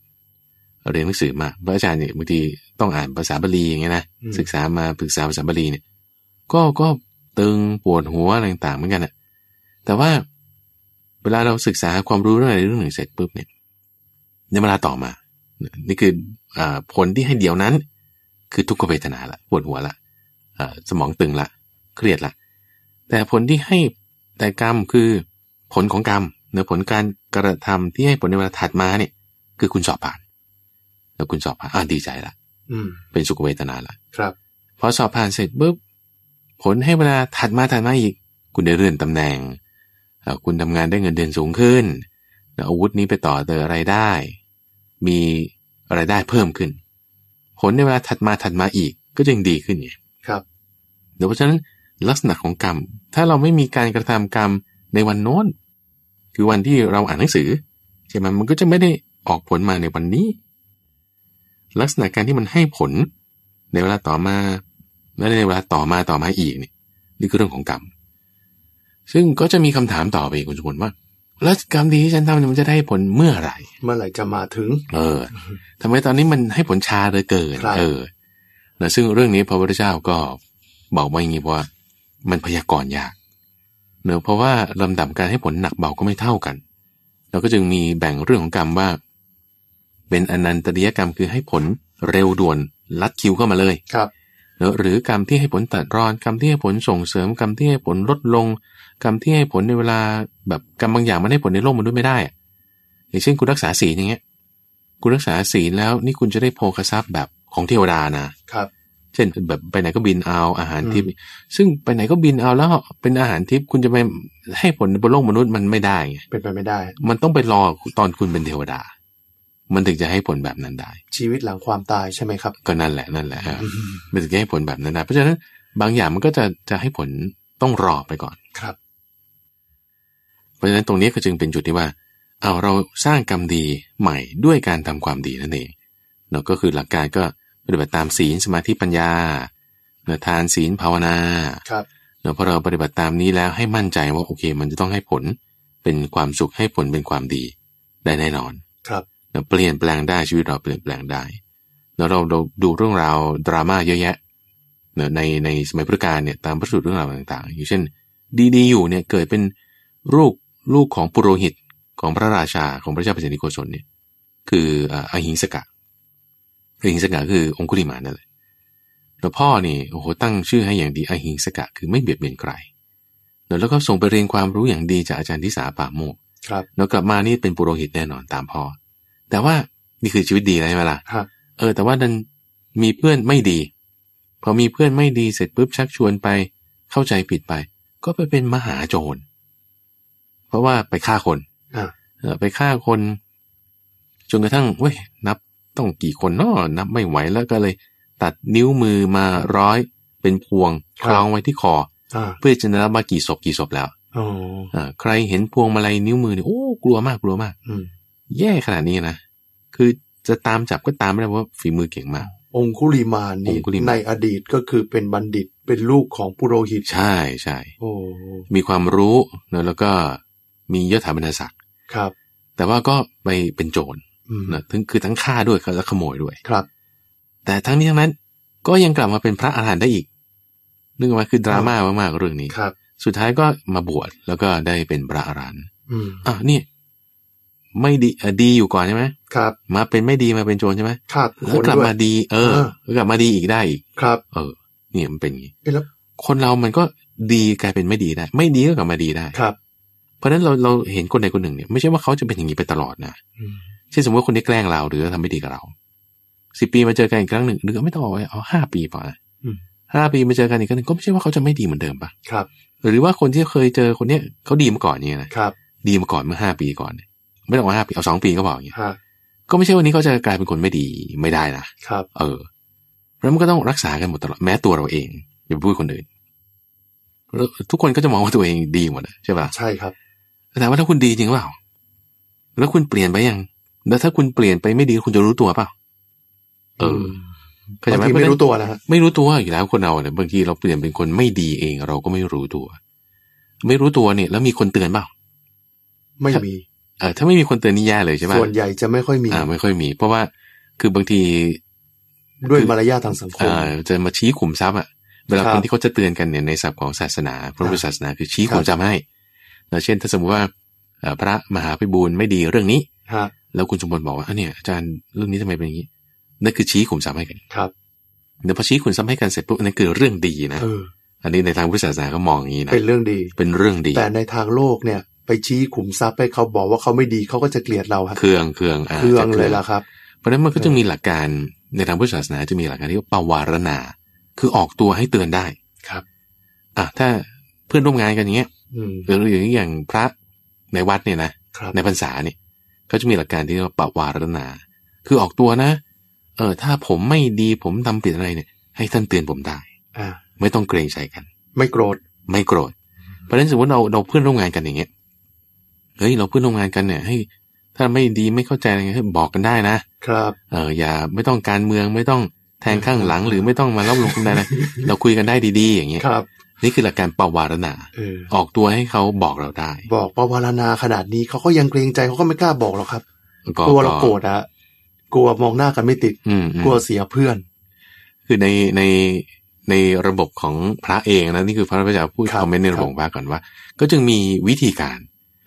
S2: เรียนหนังสือมาพระอาจารย์เนี่ยบางทีต้องอ่านภาษาบาลีอย่างเงี้ยนะ
S1: อืม
S2: ศึกษามาศึกษาภาษาบาลีเนี่ยก็ก็ตึงปวดหัวอะไรต่างๆเหมือนกันอะแต่ว่าเวลาเราศึกษาความรู้เรื่องอะไรเรื่องหนึ่งเสร็จปุ๊บเนี่ยในเวลาต่อมา นี่คืออาผลที่ให้เดี๋ยวนั้น คือทุกขเวทนาละปวดหัวละอ่าสมองตึงละเครียดละแต่ผลที่ให้แต่กรรมคือผลของกรรมเนือผลการกระทำที่ให้ผลในเวลาถัดมาเนี่ย คือคุณสอบผ่าน แล้วคุณสอบผ่านอ่าดีใจละ
S1: อืม
S2: เป็นสุขเวทนาละ
S1: ครับ
S2: พอสอบผ่านเสร็จปุ๊บผลให้เวลาถัดมาถัดมาอีก คุณได้เลื่อนตำแหน่งเอ่อคุณทำงานได้เงินเดือนสูงขึ้นแล้วอาวุธนี้ไปต่อเติมอะไรายได้ มีอะไรายได้เพิ่มขึ้น ผลในเวลาถัดมาถัดมาอีกก็จึงดีขึ้นไง
S1: ครับ
S2: เดี๋ยวเพราะฉะนั้นลักษณะของกรรม ถ้าเราไม่มีการกระทำกรรมในวันโน้น คือวันที่เราอ่านหนังสือใช่ไหมมันก็จะไม่ได้ออกผลมาในวันนี้ ลักษณะการที่มันให้ผลในเวลาต่อมาและในเวลาต่อมาต่อมาอีกเนี่ยนี่คือเรื่องของกรรม ซึ่งก็จะมีคำถามต่อไปอีกคุณสมบูรณ์ว่า แล้วกรรมดีที่ฉันทำเนี่ยมันจะได้ผลเมื่อไหร่
S1: เมื่อไหร่จะมาถึง
S2: เออทำไมตอนนี้มันให้ผลชาเหลยเกิน
S1: ครับ
S2: เออนะซึ่งเรื่องนี้พระพุทธเจ้าก็บอกไว้อย่างนี้ว่า มันพยากรณ์ยากเนอะเพราะว่าลำดับการให้ผลหนักเบาก็ไม่เท่ากัน เราก็จึงมีแบ่งเรื่องของกรรมว่า เป็นอนันตริยกรรมคือให้ผลเร็วด่วนลัดคิวเข้ามาเลย
S1: ครับ
S2: เนอะหรือกรรมที่ให้ผลตัดรอนกรรมที่ให้ผลส่งเสริมกรรมที่ให้ผลลดลง กรรมที่ให้ผลในเวลาแบบกรรมบางอย่างมันให้ผลในโลกมนุษย์ไม่ได้อะอย่างเช่นคุณรักษาศีลอย่างเงี้ย คุณรักษาศีลแล้วนี่คุณจะได้โภคทรัพย์แบบของเทวดานะ
S1: ครับ
S2: เช่นแบบไปไหนก็บินเอาอาหาร
S1: อืม
S2: ทิพย์ซึ่งไปไหนก็บินเอาแล้วเป็นอาหารทิพย์คุณจะไปให้ผลบนโลกมนุษย์มันไม่ได้ไง
S1: เป็นไปไม่ได้
S2: มันต้องไปรอตอนคุณเป็นเทวดา มันถึงจะให้ผลแบบนั้นได้
S1: ชีวิตหลังความตายใช่ไหมครับ
S2: ก็นั่นแหละนั่นแหละฮะมันถึงจะให้ผลแบบนั้นได้เพราะฉะนั้นบางอย่างมันก็จะจะให้ผลต้องรอไปก่อน
S1: ครับ
S2: เพราะฉะนั้นตรงนี้ก็จึงเป็นจุดที่ว่า เอาเราสร้างกรรมดีใหม่ด้วยการทำความดีนั่นเองเนาะก็คือหลักการก็ปฏิบัติตามศีลสมาธิปัญญาเนาะทานศีลภาวนา
S1: ครับ
S2: เนาะพอเราปฏิบัติตามนี้แล้วให้มั่นใจว่าโอเค มันจะต้องให้ผลเป็นความสุขให้ผลเป็นความดีได้แน่นอน
S1: ครับ
S2: เราเปลี่ยนแปลงได้ชีวิตเราเปลี่ยนแปลงได้แล้วเราเราดูเรื่องราวดราม่าเยอะแยะเนอะในในสมัยพุทธกาลเนี่ยตามพระสูตรเรื่องราวต่างๆ อย่างเช่น ดีๆอยู่เนี่ยเกิดเป็นลูกลูกของปุโรหิตของพระราชาของพระเจ้าปเจนิโกศลเนี่ยคืออ่าอหิงสกะอหิงสกะคือองคุลิมานนั่นแหละแล้วพ่อนี่โอ้โหตั้งชื่อให้อย่างดีอหิงสกะคือไม่เบียดเบียนใครเนอะแล้วก็ส่งไปเรียนความรู้อย่างดีจากอาจารย์ทิสาป่าโมก
S1: ครับ
S2: แล้วกลับมานี่เป็นปุโรหิตแน่นอนตามพ่อ แต่ว่านี่คือชีวิตดีแล้วใช่ไหมล่ะ
S1: ฮะ
S2: เออ แต่ว่าดันมีเพื่อนไม่ดี พอมีเพื่อนไม่ดีเสร็จปุ๊บชักชวนไปเข้าใจผิดไป ก็ไปเป็นมหาโจร เพราะว่าไปฆ่าคน
S1: อ่า
S2: เออไปฆ่าคนจนกระทั่งเว้ยนับต้องกี่คนเนาะนับไม่ไหวแล้วก็เลย ตัดนิ้วมือมาร้อยเป็นพวง
S1: ค
S2: ครับ ล้องไว้ที่คอ
S1: อ่า
S2: เพื่อจะนับว่ากี่ศพกี่ศพแล้ว
S1: โอ้
S2: อ่าใครเห็นพวงมาลัยนิ้วมือเนี่ยโอ้กลัวมากกลัวมาก
S1: อืม
S2: แย่ขนาดนี้นะ คือจะตามจับก็ตามไม่ได้เพราะว่าฝีมือเก่งมาก
S1: องคุลิมานนี่
S2: องคุลิมาน
S1: ในอดีตก็คือเป็นบัณฑิตเป็นลูกของปุโรหิต
S2: ใช่ใช่
S1: โอ้
S2: มีความรู้เนอะแล้วก็ มียศถาบรรดาศักดิ์
S1: ครับ
S2: แต่ว่าก็ไปเป็นโจร
S1: อืม
S2: นะทั้งคือทั้งฆ่าด้วยและขโมยด้วย
S1: ครับ
S2: แต่ทั้งนี้ทั้งนั้นก็ยังกลับมาเป็นพระอาหารหันต์ได้อีกนึกออกไหมคือดราม่ามากๆเรื่องนี้
S1: ครับ
S2: สุดท้ายก็มาบวชแล้วก็ได้เป็นพระอาหารหันต์
S1: อืม
S2: อ่ะนี่ไม่ดีอ่ะดีอยู่ก่อนใช่ไหม
S1: ครับ
S2: มาเป็นไม่ดีมาเป็นโจรใช่ไหม
S1: ขาด
S2: แล้วกลับ
S1: ด้วย
S2: มาดี เออ
S1: เออ
S2: แล้วกลับมาดีอีกได้อีก
S1: ครับ
S2: เออเนี่ยมันเป็นอย่างนี้
S1: เอ๊ะแล้ว
S2: คนเรามันก็ดีกลายเป็นไม่ดีได้ ไม่ดีก็กลับมาดีได้
S1: ครับ
S2: เพราะฉะนั้นเราเราเห็นคนใดคนหนึ่งเนี่ยไม่ใช่ว่าเขาจะเป็นอย่างนี้ไปตลอดนะ
S1: อืม
S2: เช่นสมมติว่าคนที่แกล้งเราหรือทำไม่ดีกับเราสิปีมาเจอกันอีกครั้งหนึ่งหรือไม่ต้องเอาไว้เอาห้าปีพอนะห้าปีมาเจอกันอีกครั้งหนึ่งก็ไม่ใช่ว่าเขาจะไม่ดีเหมือนเดิมปะ
S1: ครับ
S2: หรือว่าคนที่เคยเจอคนเนี้ยเขาดีมาก่อนเนี่ยนะครับ ดีมาก่อนเมื่อห้าปีก่อนเนี่ยไม่ต้องเอาห้าปีเอาสองปีก็บอกอย่างเงี้ย
S1: ฮะ
S2: ก็ไม่ใช่วันนี้เขาจะกลายเป็นคนไม่ดีไม่ได้นะ
S1: ครับ
S2: เออแล้วมันก็ต้องรักษากันหมดตลอดแม้ตัวเราเอง อย่าไปพูดคนอื่นแล้วทุกคนก็จะมองว่าตัวเองดีหมดอะใช่ปะ
S1: ใช่ครับ
S2: แต่ถามว่าถ้าคุณดีจริงเปล่า แล้วคุณเปลี่ยนไปยัง แล้วถ้าคุณเปลี่ยนไปไม่ดีคุณจะรู้ตัวเปล่า เออเข้าใจ
S1: บาง
S2: ไหม
S1: ทีไม่รู้ตัวนะฮะ
S2: ไม่รู้ตัวอยู่แล้วคนเราเนี่ยบางทีเราเปลี่ยนเป็นคนไม่ดีเอง เราก็ไม่รู้ตัว ไม่รู้ตัวเนี่ย แล้วมีคนเตือนเปล่า
S1: ไม่มี
S2: เออถ้าไม่มีคนเตือนนี่แย่เลยใช่ไหม
S1: ส่วนใหญ่จะไม่ค่อยมี
S2: อ่า ไม่ค่อยมี เพราะว่าคือบางที
S1: ด้วยมารยาททางสังคม
S2: เอ่อจะมาชี้ขุมทรัพย์อ่ะเวลา
S1: ครับ
S2: คนที่เขาจะเตือนกันเนี่ยในศัพท์ของศาสนาพระพุทธศาสนาคือชี้ขุมทรัพย์ให้นะเช่น ถ้าสมมติว่าเอ่อพระมหาพิบูลไม่ดีเรื่องนี้
S1: ฮะ
S2: แล้วคุณสมบูรณ์บอกว่าอ่ะเนี่ยอาจารย์เรื่องนี้ทำไมเป็นอย่างนี้นั่นคือชี้ขุมทรัพย์ให้กัน
S1: ครับ
S2: เดี๋ยวพอชี้ขุมทรัพย์ให้กันเสร็จปุ๊บอันนั่นคือเรื่องดีนะ
S1: เออ
S2: อันนี้ในทางพุทธศาสนาก็มองอย่างนี้นะ
S1: เป็นเรื่องดี
S2: เป็นเรื่องดี
S1: แต่ในทางโลกเนี่ย ไปชี้ขุมทรัพย์ให้เขาบอกว่าเขาไม่ดีเขาก็จะเกลียดเราฮะ
S2: เครืองเครืองา
S1: เคืองเลย
S2: จ
S1: ล่ะครับ
S2: เพราะฉะนั้นมันก็จะมีหลักการในทางพุทธศาสนาจะมีหลักการที่ว่าปวารณา คือออกตัวให้เตือนได้
S1: ครับ
S2: อ่ะถ้าเพื่อนร่วมงานกันอย่างเงี้ย
S1: อืม
S2: หรืออย่างอย่างพระในวัดเนี่ยนะครับในพรรษาเนี่ยเขาจะมีหลักการที่เรียกว่าปวารณา คือออกตัวนะ เออถ้าผมไม่ดีผมทำผิดอะไรเนี่ย ให้ท่านเตือนผมได้
S1: อ่า
S2: ไม่ต้องเกรงใจกัน
S1: ไม่โกรธ
S2: ไม่โกรธเพราะฉะนั้นสมมติเราเราเพื่อนร่วมงานกันอย่างเงี้ยเฮ้ยเราเพื่อนร่วมงานกันเนี่ยให้ถ้าไม่ดีไม่เข้าใจอะไรเงี้ยให้บอกกันได้นะครับ เอออย่าไม่ต้องการเมืองไม่ต้องแทงข้างหลัง หรือไม่ต้องมาล้อมลงกันได้นะเราคุยกันได้ดีๆ อย่างเงี้ย
S1: ครับ
S2: นี่คือหลักการปวารณา
S1: เออ
S2: ออกตัวให้เขาบอกเราได้
S1: บอกว่าวารณาขนาดนี้เขาก็ยังเกรงใจเขาก็ไม่กล้าบอกหรอกครับ
S2: ก็
S1: กลัวเราโกรธอะกลัวมองหน้ากันไม่ติด
S2: อืมอืม
S1: กลัวเสียเพื่อน
S2: คือในในในระบบของพระเองนะนี่คือพระพุทธเจ้าพูด
S1: ครับ
S2: คอมเมนต์ในระบบของพระก่อนว่า ก็จึงมีวิธีการ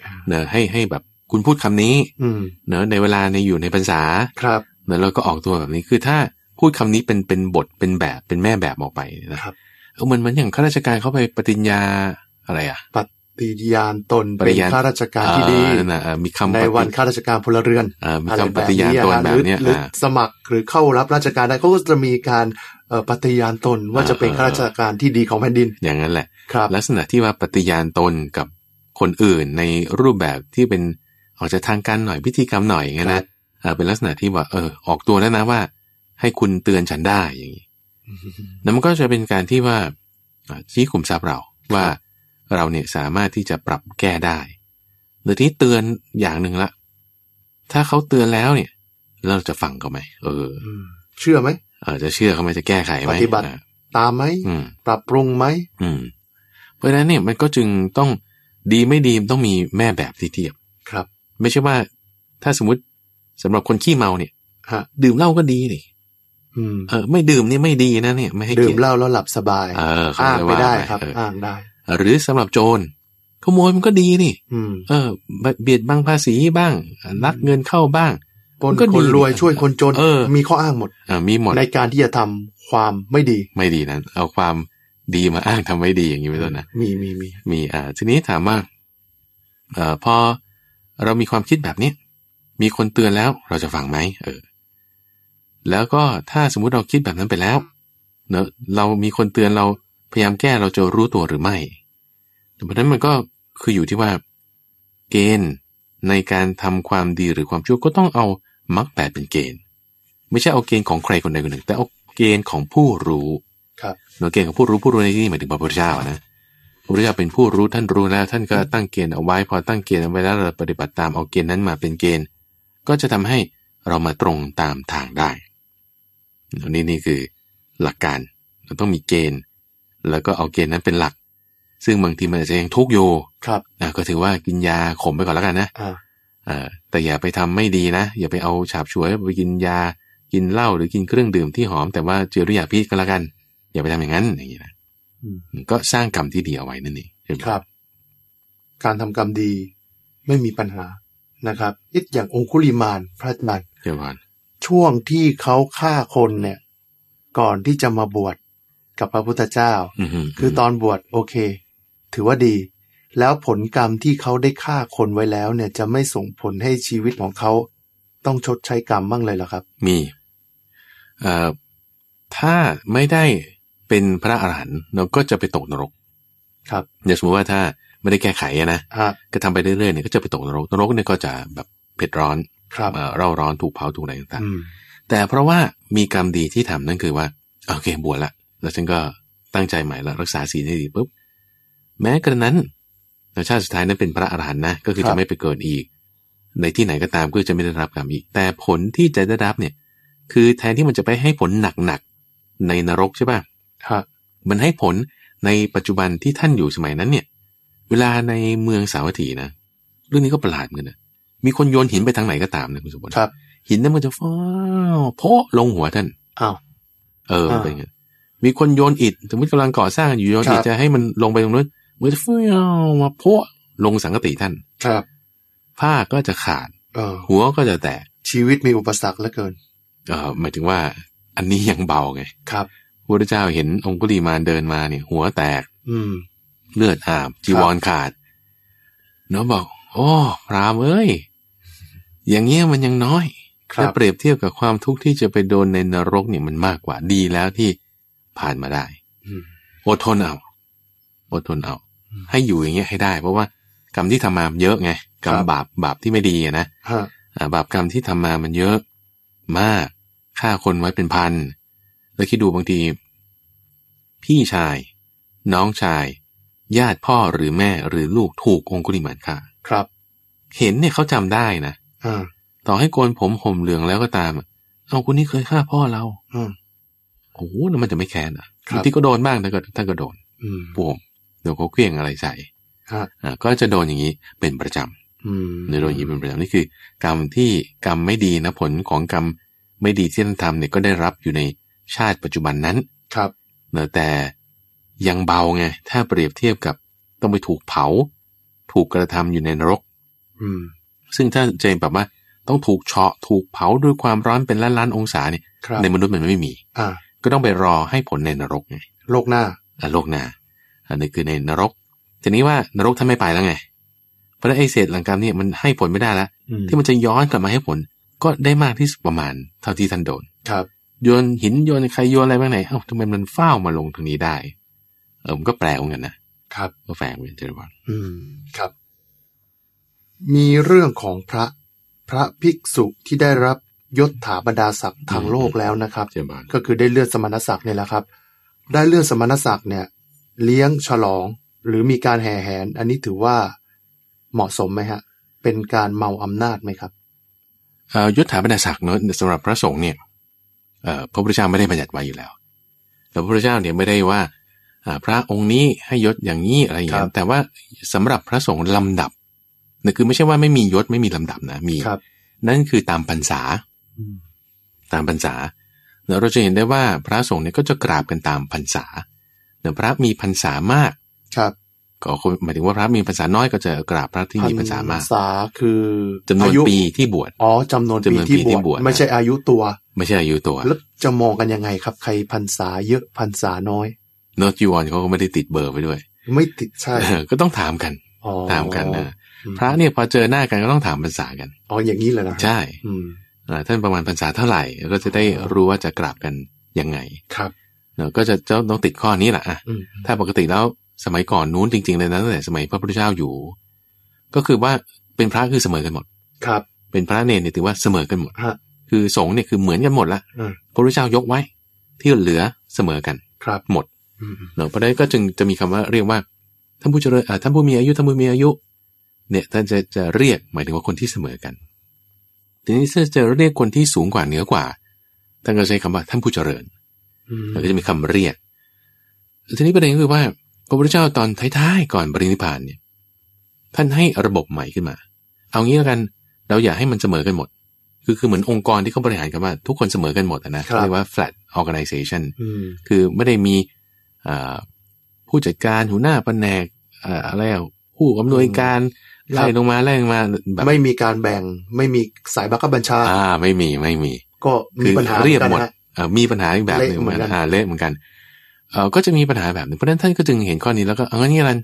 S1: ครับ
S2: เนอะให้ให้แบบคุณพูดคำนี้
S1: อืม
S2: เนอะในเวลาในอยู่ในพรรษา
S1: ครับ
S2: เนอะแล้วก็ออกตัวแบบนี้คือถ้าพูดคำนี้เป็นเป็นบทเป็นแบบเป็นแม่แบบออกไปนะครับ เออมันมันอย่างข้าราชการเข้าไปปฏิญญาอะไรอ่ะ
S1: ปฏิญาณตน
S2: ปฏิ
S1: เป็น
S2: ญาณ
S1: ข้าราชการที่ดี
S2: เออนั่นนะเออมีคำ
S1: ในวันข้าราชการพลเรือน
S2: เออมี
S1: อะไร
S2: คำป
S1: แบบ
S2: ฏิญาณ
S1: นี้
S2: ตน
S1: นะห
S2: แบบ
S1: รือ
S2: เนี้ย
S1: หรือ
S2: อ่า
S1: สมัครหรือเข้ารับราชการได้เขาก็จะมีการเอ่อปฏิญาณตนว่า
S2: อ่า
S1: จะเป็นข้าราชการที่ดีของแผ่นดิน
S2: อย่างนั้นแหละ
S1: ครับ
S2: ลักษณะที่ว่าปฏิญาณตนกับคนอื่นในรูปแบบที่เป็นออกจากทางการหน่อยพิธีกรรมหน่อยอย่างเงี้ย
S1: ครั
S2: นะ
S1: บ
S2: เออเป็นลักษณะที่ว่าเออออกตัวแล้วนะว่า ให้คุณเตือนฉันได้อย่างนี้แล้วมันก็จะเป็นการที่ว่าอ่าชี้ขุมทรัพย์เราว่าเราเนี่ยสามารถที่จะปรับแก้ได้หรือที่เตือนอย่างหนึ่งละ ถ้าเขาเตือนแล้วเนี่ยแล้วเราจะฟังเขาไหมเออ
S1: อืมเชื่อไหม
S2: เออจะเชื่อเขาไหมจะแก้ไขไหม
S1: ปฏิบัติ
S2: อ่ะ
S1: ตามไหม
S2: อืม
S1: ปรับปรุงไหม
S2: อืมเพราะฉะนั้นเนี่ยมันก็จึงต้องดีไม่ดีมันต้องมีแม่แบบที่เทียบ
S1: ครับ
S2: ไม่ใช่ว่า ถ้าสมมติสำหรับคนขี้เมาเนี่ย
S1: ฮะ
S2: ดื่มเหล้าก็ดีนี่
S1: อืม
S2: เออไม่ดื่มนี่ไม่ดีนะเนี่ยไม่ให้
S1: ดื่
S2: เกี
S1: ม
S2: ยร
S1: เห
S2: ติ
S1: ล้าแล้วหลับสบาย
S2: เออเขา
S1: อ้าง
S2: จะ
S1: ไม่
S2: ว่า
S1: ได้ครับ
S2: เออ
S1: อ้างได้
S2: หรือสำหรับโจรขโมยมันก็ดีนี่
S1: อืม
S2: เออเบียดบังภาษีบ้างลักเงินเข้าบ้าง
S1: ปล้น
S2: มันก็ดี
S1: คนรวย
S2: นะ
S1: ช่วยคนจน
S2: เออ
S1: มีข้ออ้างหมด
S2: เออมีหมด
S1: ในการที่จะทำความไม่ดี
S2: ไม่ดีนะเอาความดีมาอ้างทำไม่ดีอย่างนี้เป็นต้นนะ
S1: มีมีมี
S2: มีอ่าทีนี้ถามว่าเอ่อพอเรามีความคิดแบบนี้ มีคนเตือนแล้วเราจะฟังไหมเออแล้วก็ถ้าสมมุติเราคิดแบบนั้นไปแล้วเนอะเรามีคนเตือนเราพยายามแก้เราจะรู้ตัวหรือไม่แต่เพราะฉะนั้นมันก็คืออยู่ที่ว่า เกณฑ์ในการทำความดีหรือความชั่วก็ต้องเอามักแปดเป็นเกณฑ์ ไม่ใช่เอาเกณฑ์ของใครคนใดคนหนึ่ง แต่เอาเกณฑ์ของผู้รู้
S1: ครับ
S2: หน่วยเกณฑ์ของผู้รู้ผู้รู้ในที่นี้หมายถึงพระพุทธเจ้านะพระพุทธเจ้าเป็นผู้รู้ท่านรู้แล้ว ท่านก็ตั้งเกณฑ์เอาไว้ พอตั้งเกณฑ์เอาไว้แล้วเราปฏิบัติตามเอาเกณฑ์นั้นมาเป็นเกณฑ์ ก็จะทำให้เรามาตรงตามทางได้อันนี้นี่คือหลักการเราต้องมีเกณฑ์ แล้วก็เอาเกณฑ์นั้นเป็นหลัก ซึ่งบางทีมันอาจจะยังทุกข์อยู่
S1: ครับ
S2: นะก็ถือว่ากินยาข่มไปก่อนแล้วกันนะ
S1: อ่า
S2: เออแต่อย่าไปทำไม่ดีนะ อย่าไปเอาฉาบฉวยไปกินยากินเหล้าหรือกินเครื่องดื่มที่หอมแต่ว่าเจอด้วยยาพิษก็แล้วกัน อย่าไปทำอย่างนั้นอย่างนี้นะ
S1: อืม
S2: ก็สร้างกรรมที่ดีเอาไว้นั่นเองใช่ไหม
S1: ครับ การทำกรรมดีไม่มีปัญหานะครับอิดอย่างองคุลิมานพระอาจารย์
S2: เจ้าพร
S1: ช่วงที่เขาฆ่าคนเนี่ย ก่อนที่จะมาบวชกับพระพุทธเจ้า
S2: อือฮึ
S1: คือตอนบวชโอเค ถือว่าดี แล้วผลกรรมที่เขาได้ฆ่าคนไว้แล้วเนี่ย จะไม่ส่งผลให้ชีวิตของเขา ต้องชดใช้กรรมบ้างเลยเหรอครับ
S2: มีเอ่อถ้าไม่ได้เป็นพระอรหันต์เราก็จะไปตกนรก
S1: ครับ
S2: อย่างสมมติว่าถ้าไม่ได้แก้ไขอะนะ
S1: ฮะ
S2: ก็ทำไปเรื่อยๆเนี่ยก็จะไปตกนรกนรกเนี่ยก็จะแบบเผ็ดร้อน
S1: ครับ
S2: เอ่อเร่าร้อนถูกเผาถูกอะไรต่าง
S1: อืม
S2: ๆ แต่เพราะว่ามีกรรมดีที่ทำนั่นคือว่าโอเคบวชละ แล้วฉันก็ตั้งใจใหม่ละรักษาศีลให้ดีปุ๊บแม้กระนั้นชาติสุดท้ายนั้นเป็นพระอรหันต์นะก็คือจะไม่ไปเกิดอีก ในที่ไหนก็ตามก็จะไม่ได้รับกรรมอีก แต่ผลที่จะได้รับเนี่ย คือแทนที่มันจะไปให้ผลหนักๆในนรกใช่ป่ะ
S1: ฮะ
S2: มันให้ผลในปัจจุบันที่ท่านอยู่สมัยนั้นเนี่ย เวลาในเมืองสาวัตถีนะ เรื่องนี้ก็ประหลาดเหมือนกันนะมีคนโยนหินไปทางไหนก็ตามนะคุณสมบัติ
S1: ครับ
S2: หินนั้นมันจะฟ้าวโพะลงหัวท่าน
S1: อ้าว
S2: เออ
S1: อ่า
S2: เป็นไงนั้นมีคนโยนอิฐสมมติกำลังก่อสร้างอยู่โยนอิ
S1: ค
S2: ฐ
S1: รับ
S2: จะให้มันลงไปตรงนู้นมันจะฟ้าวมาโพะลงสังกติท่าน
S1: ครับ
S2: ผ้าก็จะขาด
S1: เออ
S2: หัวก็จะแตก
S1: ชีวิตมีอุปสรรคเหลือเกิน
S2: เออหมายถึงว่า อันนี้ยังเบาไง
S1: ครับ
S2: พระเจ้าเห็นองคุลีมานเดินมาเนี่ย หัวแตก
S1: อืม
S2: เลือดอาบจีวรขาดเนาะบอก โอ้พรามเอ้ย อย่างเงี้ยมันยังน้อย
S1: ครับ
S2: ถ้าเปรียบเทียบกับความทุกข์ที่จะไปโดนในนรกเนี่ยมันมากกว่าดีแล้วที่ผ่านมาได้
S1: อืม
S2: อดทนเอาอดทนเอา
S1: อืม
S2: ให้อยู่อย่างเงี้ยให้ได้ เพราะว่ากรรมที่ทำมาเยอะไงกรรม
S1: ครับ
S2: บาปบาปที่ไม่ดีอะนะ
S1: ฮะ
S2: อ่าบาปกรรมที่ทำมามันเยอะมากฆ่าคนไว้เป็นพันแล้วคิดดูบางที พี่ชาย น้องชาย ญาติพ่อหรือแม่หรือลูกถูกองคุลิมานฆ่า
S1: ครับ
S2: เห็นเนี่ยเขาจำได้นะ
S1: อ่า
S2: ต่อให้โกนผมห่มเหลืองแล้วก็ตามอะเอาคนนี้เคยฆ่าพ่อเรา
S1: อืม
S2: โอ้โหแล้วมันจะไม่แค้นอ่ะ
S1: ครับ
S2: บางทีก็โดนบ้างถ้าเกิดถ้าก็โดน
S1: อืม
S2: ปวมเดี๋ยวเขาเคลี้ยงอะไรใส่
S1: ฮะ
S2: อ่าก็จะโดนอย่างนี้เป็นประจ
S1: อืม
S2: ำโดนอย่างนี้เป็นประจำนี่คือ กรรมที่กรรมไม่ดีนะผลของกรรมไม่ดีที่ท่านทำเนี่ยก็ได้รับอยู่ในชาติปัจจุบันนั้น
S1: ครับ
S2: เนอะแต่ยังเบาไงถ้าเปรียบเทียบกับต้องไปถูกเผา ถูกกระทำอยู่ในนรก
S1: อืม
S2: ซึ่งถ้าเจนแบบว่าต้องถูกเฉาะถูกเผาด้วยความร้อนเป็นล้านล้านๆองศาเนี่ย
S1: ครับ
S2: ในมนุษย์มันไม่มี
S1: อ่า
S2: ก็ต้องไปรอให้ผลในนรกไง
S1: โลกหน้า
S2: อ่ะโลกหน้าอันนี้คือในนรก ทีนี้ว่านรกท่านไม่ไปแล้วไง เพราะฉะนั้นไอเศษหลังกรรมเนี่ยมันให้ผลไม่ได้แล้ว
S1: อืม
S2: ที่มันจะย้อนกลับมาให้ผล ก็ได้มากที่สุดประมาณ เท่าที่ท่านโดน
S1: ครับ
S2: โยนหินโยนใครโยนอะไรบ้างไหนเอ้าทำไมมันเฝ้าวมาลงตรงนี้ได้ เออมันก็แปลเหมือนกันนะครับ ก็แฝงเหมือนเจริญวัน
S1: อืมครับ มีเรื่องของพระพระภิกษุที่ได้รับยศถาบรรดาศักดิ์ทางโลกแล้วนะครับ
S2: เจริญวัน
S1: ก็คือได้เลื่อนสมณศักดิ์เนี่ยแหละครับ ได้เลื่อนสมณศักดิ์เนี่ย เลี้ยงฉลอง หรือมีการแห่แหน อันนี้ถือว่าเหมาะสมไหมฮะ เป็นการเมาอำนาจไหมครับ
S2: เอ่อยศถาบรรดาศักดิ์เนอะสำหรับพระสงฆ์เนี่ยเอ่อพระพุทธเจ้าไม่ได้บัญญัติไว้อยู่แล้วแต่พระพุทธเจ้าเนี่ยไม่ได้ว่าอ่า พระองค์นี้ให้ยศอย่างนี้อะไรอย่าง
S1: ครั
S2: นี้
S1: บ
S2: นแต่ว่าสำหรับพระสงฆ์ลำดับเนี่ยคือไม่ใช่ว่าไม่มียศไม่มีลำดับนะมี
S1: ครับ
S2: นั่นคือตามพรรษา
S1: อืม
S2: ตามพรรษาแล้วเราจะเห็นได้ว่าพระสงฆ์เนี่ยก็จะกราบกันตามพรรษาเดี๋ยวพระมีพรรษามาก
S1: ครับ
S2: ก็คงหมายถึงว่าพระมีพรรษาน้อยก็จะกราบพระที่มีพรรษามาก
S1: พรรษาคือ
S2: จำนวน
S1: อายุ
S2: ปีที่บวช
S1: อ๋อจำนวนปี
S2: จำนวนปี
S1: ที่
S2: ที่
S1: บบ ว
S2: ว
S1: ช
S2: ช
S1: ไม่ใช่อายุตัว
S2: ไม่ใช่อายุตัว
S1: แล้วจะมองกันยังไงครับ ใครพรรษาเยอะพรรษาน้อย
S2: เนอร์จีวรเขาก็ไม่ได้ติดเบอร์ไว้ด้วย
S1: ไม่ติดใช่
S2: ก็ต้องถามกัน
S1: อ๋อ
S2: ถามกันนะ
S1: อืม
S2: พระเนี่ยพอเจอหน้ากันก็ต้องถามพรรษากัน
S1: อ๋ออย่างนี้เลยนะ
S2: ใช่
S1: อืม
S2: อ่าท่านประมาณพรรษาเท่าไหร่แล้วก็จะได้รู้ว่าจะกราบกันยังไง
S1: ครับ
S2: เนอะก็จะจะต้องติดข้อนี้แหละอ่ะ
S1: อืม
S2: ถ้าปกติแล้วสมัยก่อนนู้นจริงๆเลยนะตั้งแต่สมัยพระพุทธเจ้าอยู่ ก็คือว่าเป็นพระคือเสมอกันหมด
S1: ครับ
S2: เป็นพระเนรเนี่ยถือว่าเสมอกันหมด
S1: ฮะ
S2: คือสงฆ์เนี่ยคือเหมือนกันหมดละ
S1: อืม
S2: พระพุทธเจ้ายกไว้ ที่เหลือเสมอกัน
S1: ครับ
S2: หมด
S1: อืม
S2: เนาะเพราะฉะนั้นก็จึงจะมีคำว่าเรียกว่าท่านผู้เจริญอ่าท่านผู้มีอายุท่านผู้มีอายุ เนี่ยท่านจะจะเรียกหมายถึงว่าคนที่เสมอกันทีนี้ถ้าจะเรียกคนที่สูงกว่าเหนือกว่าท่านก็ใช้คำว่าท่านผู้เจริญ
S1: อืม
S2: มันก็จะมีคำเรียก ทีนี้ประเด็นก็คือว่า พระพุทธเจ้าตอนท้ายๆก่อนปรินิพพานเนี่ยท่านให้ระบบใหม่ขึ้นมา เอางี้แล้วกันเราอย่าให้มันเสมอกันหมด คือคือเหมือนองค์กรที่เขาบริหารกันว่าทุกคนเสมอกันหมดอะนะครับ เรียกว่า flat organization
S1: อืม
S2: คือไม่ได้มีเอ่อผู้จัดการหัวหน้าแผนกเอ่ออะไรอะผู้อำนวยการ
S1: ครับ
S2: ไล่ลงมาไล่ลงมาแบบ
S1: ไม่มีการแบ่งไม่มีสายบังคับบัญชา
S2: อ่าไม่มีไม่มี
S1: ก็มี
S2: คือ
S1: ปัญหา
S2: เรียบ
S1: กัน
S2: หมด
S1: นะ
S2: เอ่อมีปัญหาอีกแบบหนึ่ง
S1: เละเหมือนกัน
S2: อ่าเละเหมือนกันเออก็จะมีปัญหาแบบหนึ่งเพราะฉะนั้นท่านก็จึงเห็นข้อนี้แล้วก็เอางั้นนี่กัน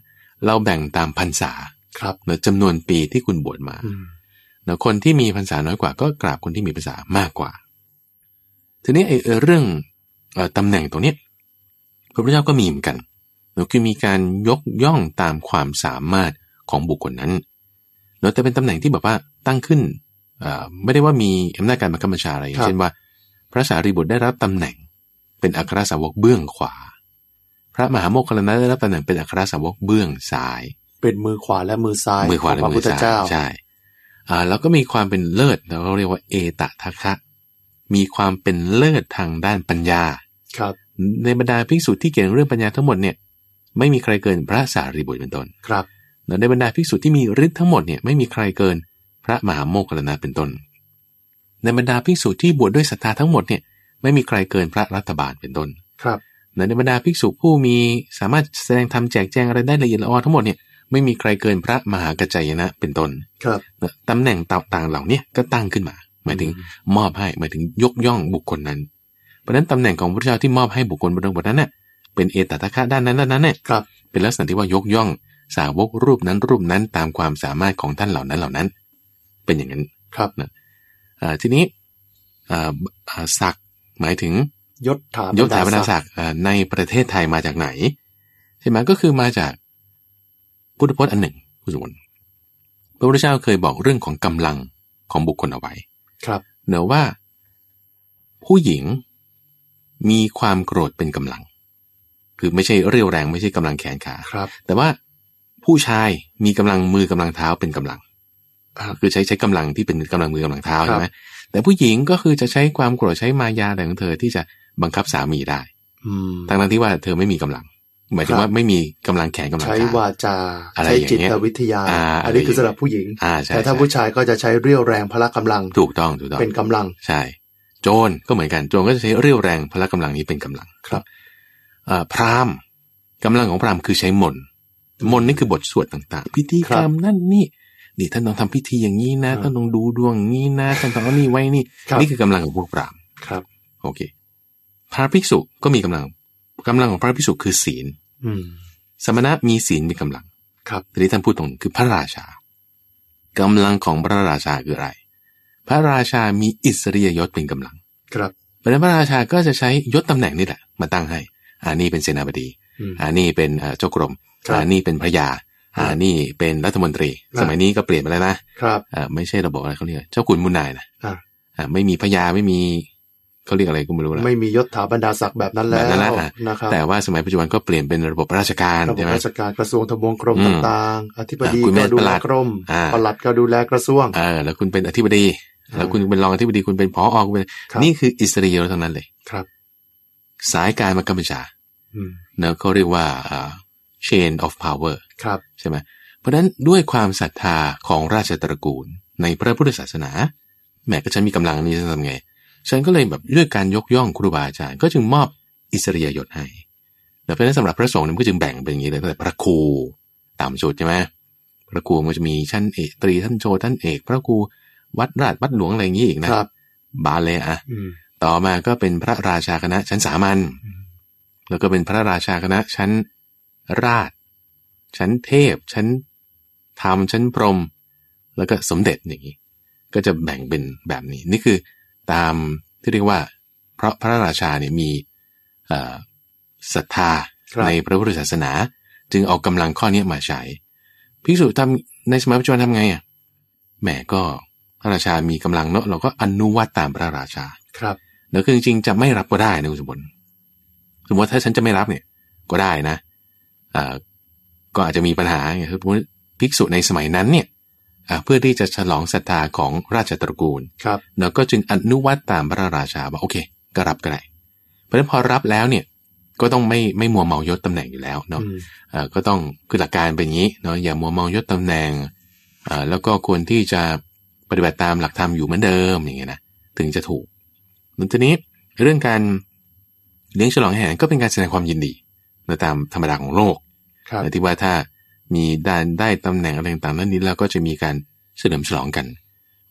S2: เราแบ่งตามพรรษา
S1: ครับ
S2: หรือจำนวนปีที่คุณบวชมา
S1: อืม
S2: เนอะคนที่มีพรรษาน้อยกว่าก็กราบคนที่มีพรรษามากกว่า ทีนี้ไอ้เอ่อเรื่องเอ่อตำแหน่งตรงเนี้ยพระพุทธเจ้าก็มีเหมือนกันเนอะคือมีการยกย่องตามความสามารถของบุคคลนั้นเนอะแต่เป็นตำแหน่งที่แบบว่าตั้งขึ้นเอ่อไม่ได้ว่ามีอำนาจการบังคับบัญชาอะไรอย่างเช่นว่า พระสารีบุตรได้รับตำแหน่ง เป็นอัครสาวกเบื้องขวา พระมหาโมคคัลลานะได้รับตำแหน่งเป็นอัครสาวกเบื้องซ้าย
S1: เป็นมือขวาและมือซ้าย
S2: มือขวา
S1: ข
S2: และ
S1: องพระ
S2: มื
S1: พุท
S2: อ
S1: ธ
S2: ซ้าย
S1: เจ้า
S2: ใช่อ่าแล้วก็มีความเป็นเลิศเราเรียกว่าเอตทัคคะ มีความเป็นเลิศทางด้านปัญญา
S1: ครับ
S2: ในบรรดาภิกษุที่เก่งเรื่องปัญญาทั้งหมดเนี่ยไม่มีใครเกินพระสารีบุตรเป็นต้น
S1: ครับ
S2: และในบรรดาภิกษุที่มีฤทธิ์ทั้งหมดเนี่ยไม่มีใครเกินพระมหาโมคคัลลานะเป็นต้น ในบรรดาภิกษุที่บวชด้วยศรัทธาทั้งหมดเนี่ยไม่มีใครเกินพระรัตบาลเป็นต้น
S1: ครับ
S2: ในบรรดาภิกษุผู้มีสามารถแสดงธรรมแจกแจงอะไรได้ละเอียดละออทั้งหมดเนี่ยไม่มีใครเกินพระมหากัจจายนะเป็นต้น
S1: ครับ
S2: นะตำแหน่งต่างๆเหล่าเนี้ก็ตั้งขึ้นมา หมายถึงมอบให้หมายถึงยกย่องบุคคลนั้น เพราะฉะนั้นตำแหน่งของพระเจ้าที่มอบให้บุคคลบนดวงบนนั้นเน่ะเป็นเอตตะคะด้านนั้นด้านนั้นเนี่ย
S1: ครับ
S2: เป็นลักษณะที่ว่ายกย่องสาวกรูปนั้นรูปนั้นตามความสามารถของท่านเหล่านั้นเหล่านั้น เป็นอย่างนั้น
S1: ครับ
S2: นะอ่าทีนี้อ่าอ่าศักดิ์หมายถึง
S1: ยศถาย
S2: ศถาบรรดาศักดิ์อ่าในประเทศไทยมาจากไหน ใช่ไหมก็คือมาจากพุทธพจน์อันหนึ่งคุณสมบัติพระพุทธเจ้าเคยบอกเรื่องของกำลังของบุคคลเอาไว้
S1: ครับ
S2: เนอะว่า ผู้หญิงมีความโกรธเป็นกำลัง คือไม่ใช่เรี่ยวแรงไม่ใช่กำลังแขนขา
S1: ครับ
S2: แต่ว่าผู้ชายมีกำลังมือกำลังเท้าเป็นกำลัง
S1: อ่า
S2: คือใช้ใช้กำลังที่เป็นกำลังมือกำลังเท้า
S1: ครับ
S2: ใช่ไหมแต่ผู้หญิงก็คือจะใช้ความโกรธใช้มายาอะไรของเธอที่จะบังคับสามีได้
S1: อืม
S2: ทั้งนั้นที่ว่าเธอไม่มีกำลัง หมายถึ
S1: ค
S2: ง
S1: รับ
S2: ว่าไม่มีกำลังแขนกำลัง
S1: ใช้
S2: ข
S1: วาจา
S2: อะไร
S1: ใช้
S2: อย่างเงี้ย
S1: จิตวิทยา
S2: อ่า
S1: อันนี้
S2: อะไร
S1: คือสำหรับผู้หญิง
S2: อ่าใช่
S1: แต่ถ้า
S2: ใช่
S1: ผู้ชายก็จะใช้เรี่ยวแรงพละกำลัง
S2: ถูกต้องถูกต้อง
S1: เป็นกำลัง
S2: ใช่ โจรก็เหมือนกันโจรก็จะใช้เรี่ยวแรงพละกำลังนี้เป็นกำลัง
S1: ครับ
S2: เอ่อพราหมณ์กำลังของพราหมณ์คือใช้มนต์มนต์นี่คือบทสวดต่าง ๆ พิธีกรรมนั่นนี่นี่ท่านต้องทำพิธีอย่างนี้นะ
S1: ครับ
S2: ท่านต้องดูดวงอย่างนี้นะท่านต้องเอานี่ไว้นี่
S1: ครับ
S2: นี่คือกำลังของพวกพราหมณ์
S1: ครับ
S2: โอเค พระภิกษุก็มีกำลังกำลังของพระภิกษุคือศีล
S1: อืม
S2: สมณะมีศีลมีกำลัง
S1: ครับ
S2: ทีนี้ท่านพูดตรงคือพระราชากำลังของพระราชาคืออะไร พระราชามีอิสริยยศเป็นกำลัง
S1: ครับ
S2: เพราะฉะนั้นพระราชาก็จะใช้ยศตำแหน่งนี่แหละมาตั้งให้อ่านี่เป็นเสนาบดี
S1: อืม
S2: อ่านี่เป็นเอ่อเจ้ากรม
S1: ครับ
S2: อ่านี่เป็นพระยา
S1: ครับ
S2: อ่านี่เป็นรัฐมนตรี
S1: ครับ
S2: สมัยนี้ก็เปลี่ยนไปแล้วนะครับ เอ่อไม่ใช่ระบบอะไรเขาเรียกเจ้าขุนมุนนายนะ
S1: อ่า
S2: อ่าไม่มีพระยาไม่มีเขาเรียกอะไรก็ไม่รู้ละ
S1: ไม่มียศถาบรรดาศักดิ์แบบนั้นแล้ว
S2: แบบนั้นแล้วอ่ะ
S1: นะครับ
S2: แต่ว่าสมัยปัจจุบันก็เปลี่ยนเป็นระบบราชการ
S1: ระบ
S2: ใช่
S1: บ
S2: ไหม
S1: ราชการกระทรวงทบวงกรม
S2: อืม
S1: ต่างๆ อธิบดี
S2: อ่ะคุณแม่
S1: ก็ดู
S2: ประห
S1: แล
S2: ลัด
S1: กรม
S2: อ่า
S1: ปลัดก็ดูแลกระทรวง
S2: เออแล้วคุณเป็นอธิบดี แล้วคุณเป็นรองอธิบดีคุณเป็นผออคุณเป็น
S1: ครับ
S2: นี่คืออิสราเอลทั้งนั้นเลย
S1: ครับ
S2: สายการมากัมพูชา
S1: อืม
S2: เนอะเขาเรียกว่าอ่า chain of power
S1: ครับ
S2: ใช่ไหมเพราะฉะนั้นด้วยความศรัทธาของราชตระกูล ในพระพุทธศาสนาแหม้ก็ฉันมีกำลังนี้ฉันทำไง ฉันก็เลยแบบด้วยการยกย่องครูบาอาจารย์ก็จึงมอบอิสริยยศให้แต่เพราะฉะนั้นสำหรับพระสงฆ์เนี่ยมันก็จึงแบ่งเป็นอย่างนี้เลยตั้งแต่พระครูต่ำสุดใช่ไหมพระครูมันก็จะมีชั้นเอกตรีท่านโจท่านเอก พระครูวัดราชวัดหลวงอะไรอย่างนี้อีกนะครับ บาเลยอะ
S1: อืม
S2: ต่อมาก็เป็นพระราชาคณะชั้นสามัญ
S1: อืม
S2: แล้วก็เป็นพระราชาคณะชั้นราช ชั้นเทพ ชั้นธรรม ชั้นพรหม แล้วก็สมเด็จอย่างนี้ ก็จะแบ่งเป็นแบบนี้ นี่คือตามที่เรียกว่า เพราะพระราชาเนี่ยมีเอ่อศรัทธา
S1: ครับ
S2: ในพระพุทธศาสนา จึงเอากำลังข้อเนี้ยมาใช้ พิสูจน์ทำในสมัยปัจจุบันทำไงอ่ะ แหมก็พระราชามีกำลังเนอะเราก็อนุวัตตามพระราชา
S1: ครับ
S2: แล้วคือจริงๆจะไม่รับก็ได้นะคุณสมบัติสมมติว่าถ้าฉันจะไม่รับเนี่ยก็ได้นะอ่าก็อาจจะมีปัญหาไงคือภิกษุในสมัยนั้นเนี่ยอ่าเพื่อที่จะฉลองศรัทธาของราชตระกูล
S1: ครับ
S2: เราก็จึงอนุวัตตามพระราชาว่าโอเค ก็รับก็ได้ เพราะฉะนั้นพอรับแล้วเนี่ย ก็ต้องไม่ไม่มัวเมายศตำแหน่งอยู่แล้วเนาะ
S1: อืม
S2: เอ่อก็ต้องคือหลักการเป็นอย่างนี้เนาะอย่ามัวเมายศตำแหน่งเอ่อแล้วก็ควรที่จะปฏิบัติตามหลักธรรมอยู่เหมือนเดิมอย่างเงี้ยนะถึงจะถูกแล้วทีนี้เรื่องการเลี้ยงฉลองอาหารก็เป็นการแสดงความยินดีนะตามธรรมดาของโลก
S1: ครับ
S2: นะที่ว่าถ้ามีดานได้ตำแหน่งอะไรต่างๆนั้นนี้แล้วก็จะมีการเฉลิมฉลองกัน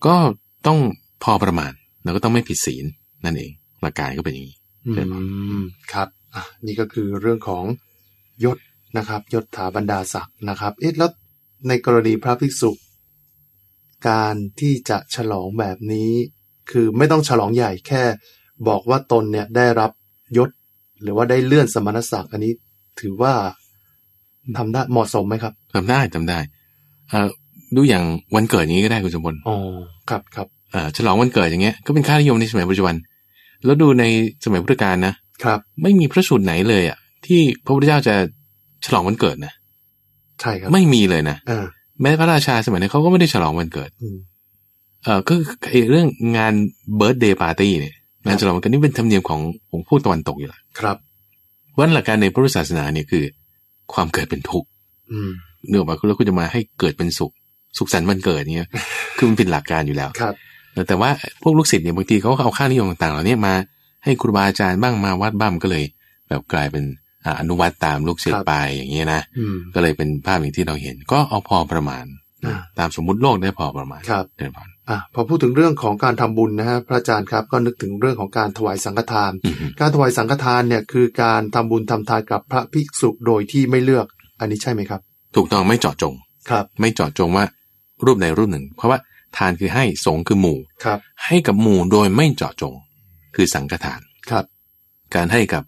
S2: ก็ต้องพอประมาณแล้วก็ต้องไม่ผิดศีลนั่นเอง หลักการก็เป็นอย่างนี้
S1: อืมครับอ่ะนี่ก็คือเรื่องของยศนะครับ ยศถาบรรดาศักดิ์นะครับ เอ๊ะแล้วในกรณีพระภิกษุ การที่จะฉลองแบบนี้ คือไม่ต้องฉลองใหญ่แค่ บอกว่าตนเนี่ยได้รับยศ หรือว่าได้เลื่อนสมณศักดิ์อันนี้ ถือว่าทำได้เหมาะสมไหมครับ
S2: ทำได้ทำได้เอ่อดูอย่างวันเกิดอย่างนี้ก็ได้คุณสมพล
S1: อ๋อครับครับ
S2: เอ่อฉลองวันเกิดอย่างเงี้ยก็เป็นค่านิยมในสมัยปัจจุบัน แล้วดูในสมัยพุทธกาลนะ
S1: ครับ
S2: ไม่มีพระสูตรไหนเลยอ่ะที่พระพุทธเจ้าจะฉลองวันเกิดนะ
S1: ใช่ครับ
S2: ไม่มีเลยนะ
S1: อ่า
S2: แม้พระราชาสมัยนั้นเขาก็ไม่ได้ฉลองวันเกิด
S1: อืม
S2: เออก็ไอ้เรื่องงานเบิร์ d เดย์ปาร์ตี้เนี่ยงา
S1: ค
S2: น
S1: รับ
S2: ฉลองวันเกิดนี่เป็นธรรมเนียมของของผู้ตะวันตกอยู่และ
S1: ครับ
S2: วันหลักการในพระพุทธศาสนาเนี่ยคือ ความเกิดเป็นทุกข์
S1: อืม
S2: เนื่องมาแล้วคุณจะมาให้เกิดเป็นสุข สุขสันต์วันเกิดเนี่ยคือมันเป็นหลักการอยู่แล้ว
S1: ครับ
S2: เออแต่ว่าพวกลูกศิษย์เนี่ยบางทีเขาก็เอาค่านิยมต่างๆเหล่านี้มาให้ครูบาอาจารย์บ้างมาวัดบ้างก็เลย แบบกลายเป็นอ่าอนุวัตตามลูกศิษ
S1: ครับ
S2: ย์ไปอย่างเงี้ยนะ
S1: อืม
S2: ก็เลยเป็นภาพอย่างที่เราเห็น ก็เอาพอประมาณ
S1: อ่า
S2: ตามสมมุติโลกได้พอประมาณ
S1: ครับ
S2: เดินผ่าน
S1: อ่ะพอพูดถึงเรื่องของการทำบุญนะฮะพระอาจารย์ครับ ก็นึกถึงเรื่องของการถวายสังฆทาน
S2: อือฮึ
S1: การถวายสังฆทานเนี่ยคือการทำบุญทำทานกับพระภิกษุโดยที่ไม่เลือกอันนี้ใช่ไหมครับ
S2: ถูกต้องไม่เจาะจง
S1: ครับ
S2: ไม่เจาะจงว่ารูปใดรูปหนึ่ง เพราะว่าทานคือให้สงฆ์คือหมู่
S1: ครับ
S2: ให้กับหมู่โดยไม่เจาะจง คือสังฆทาน
S1: ครับ
S2: การให้กับ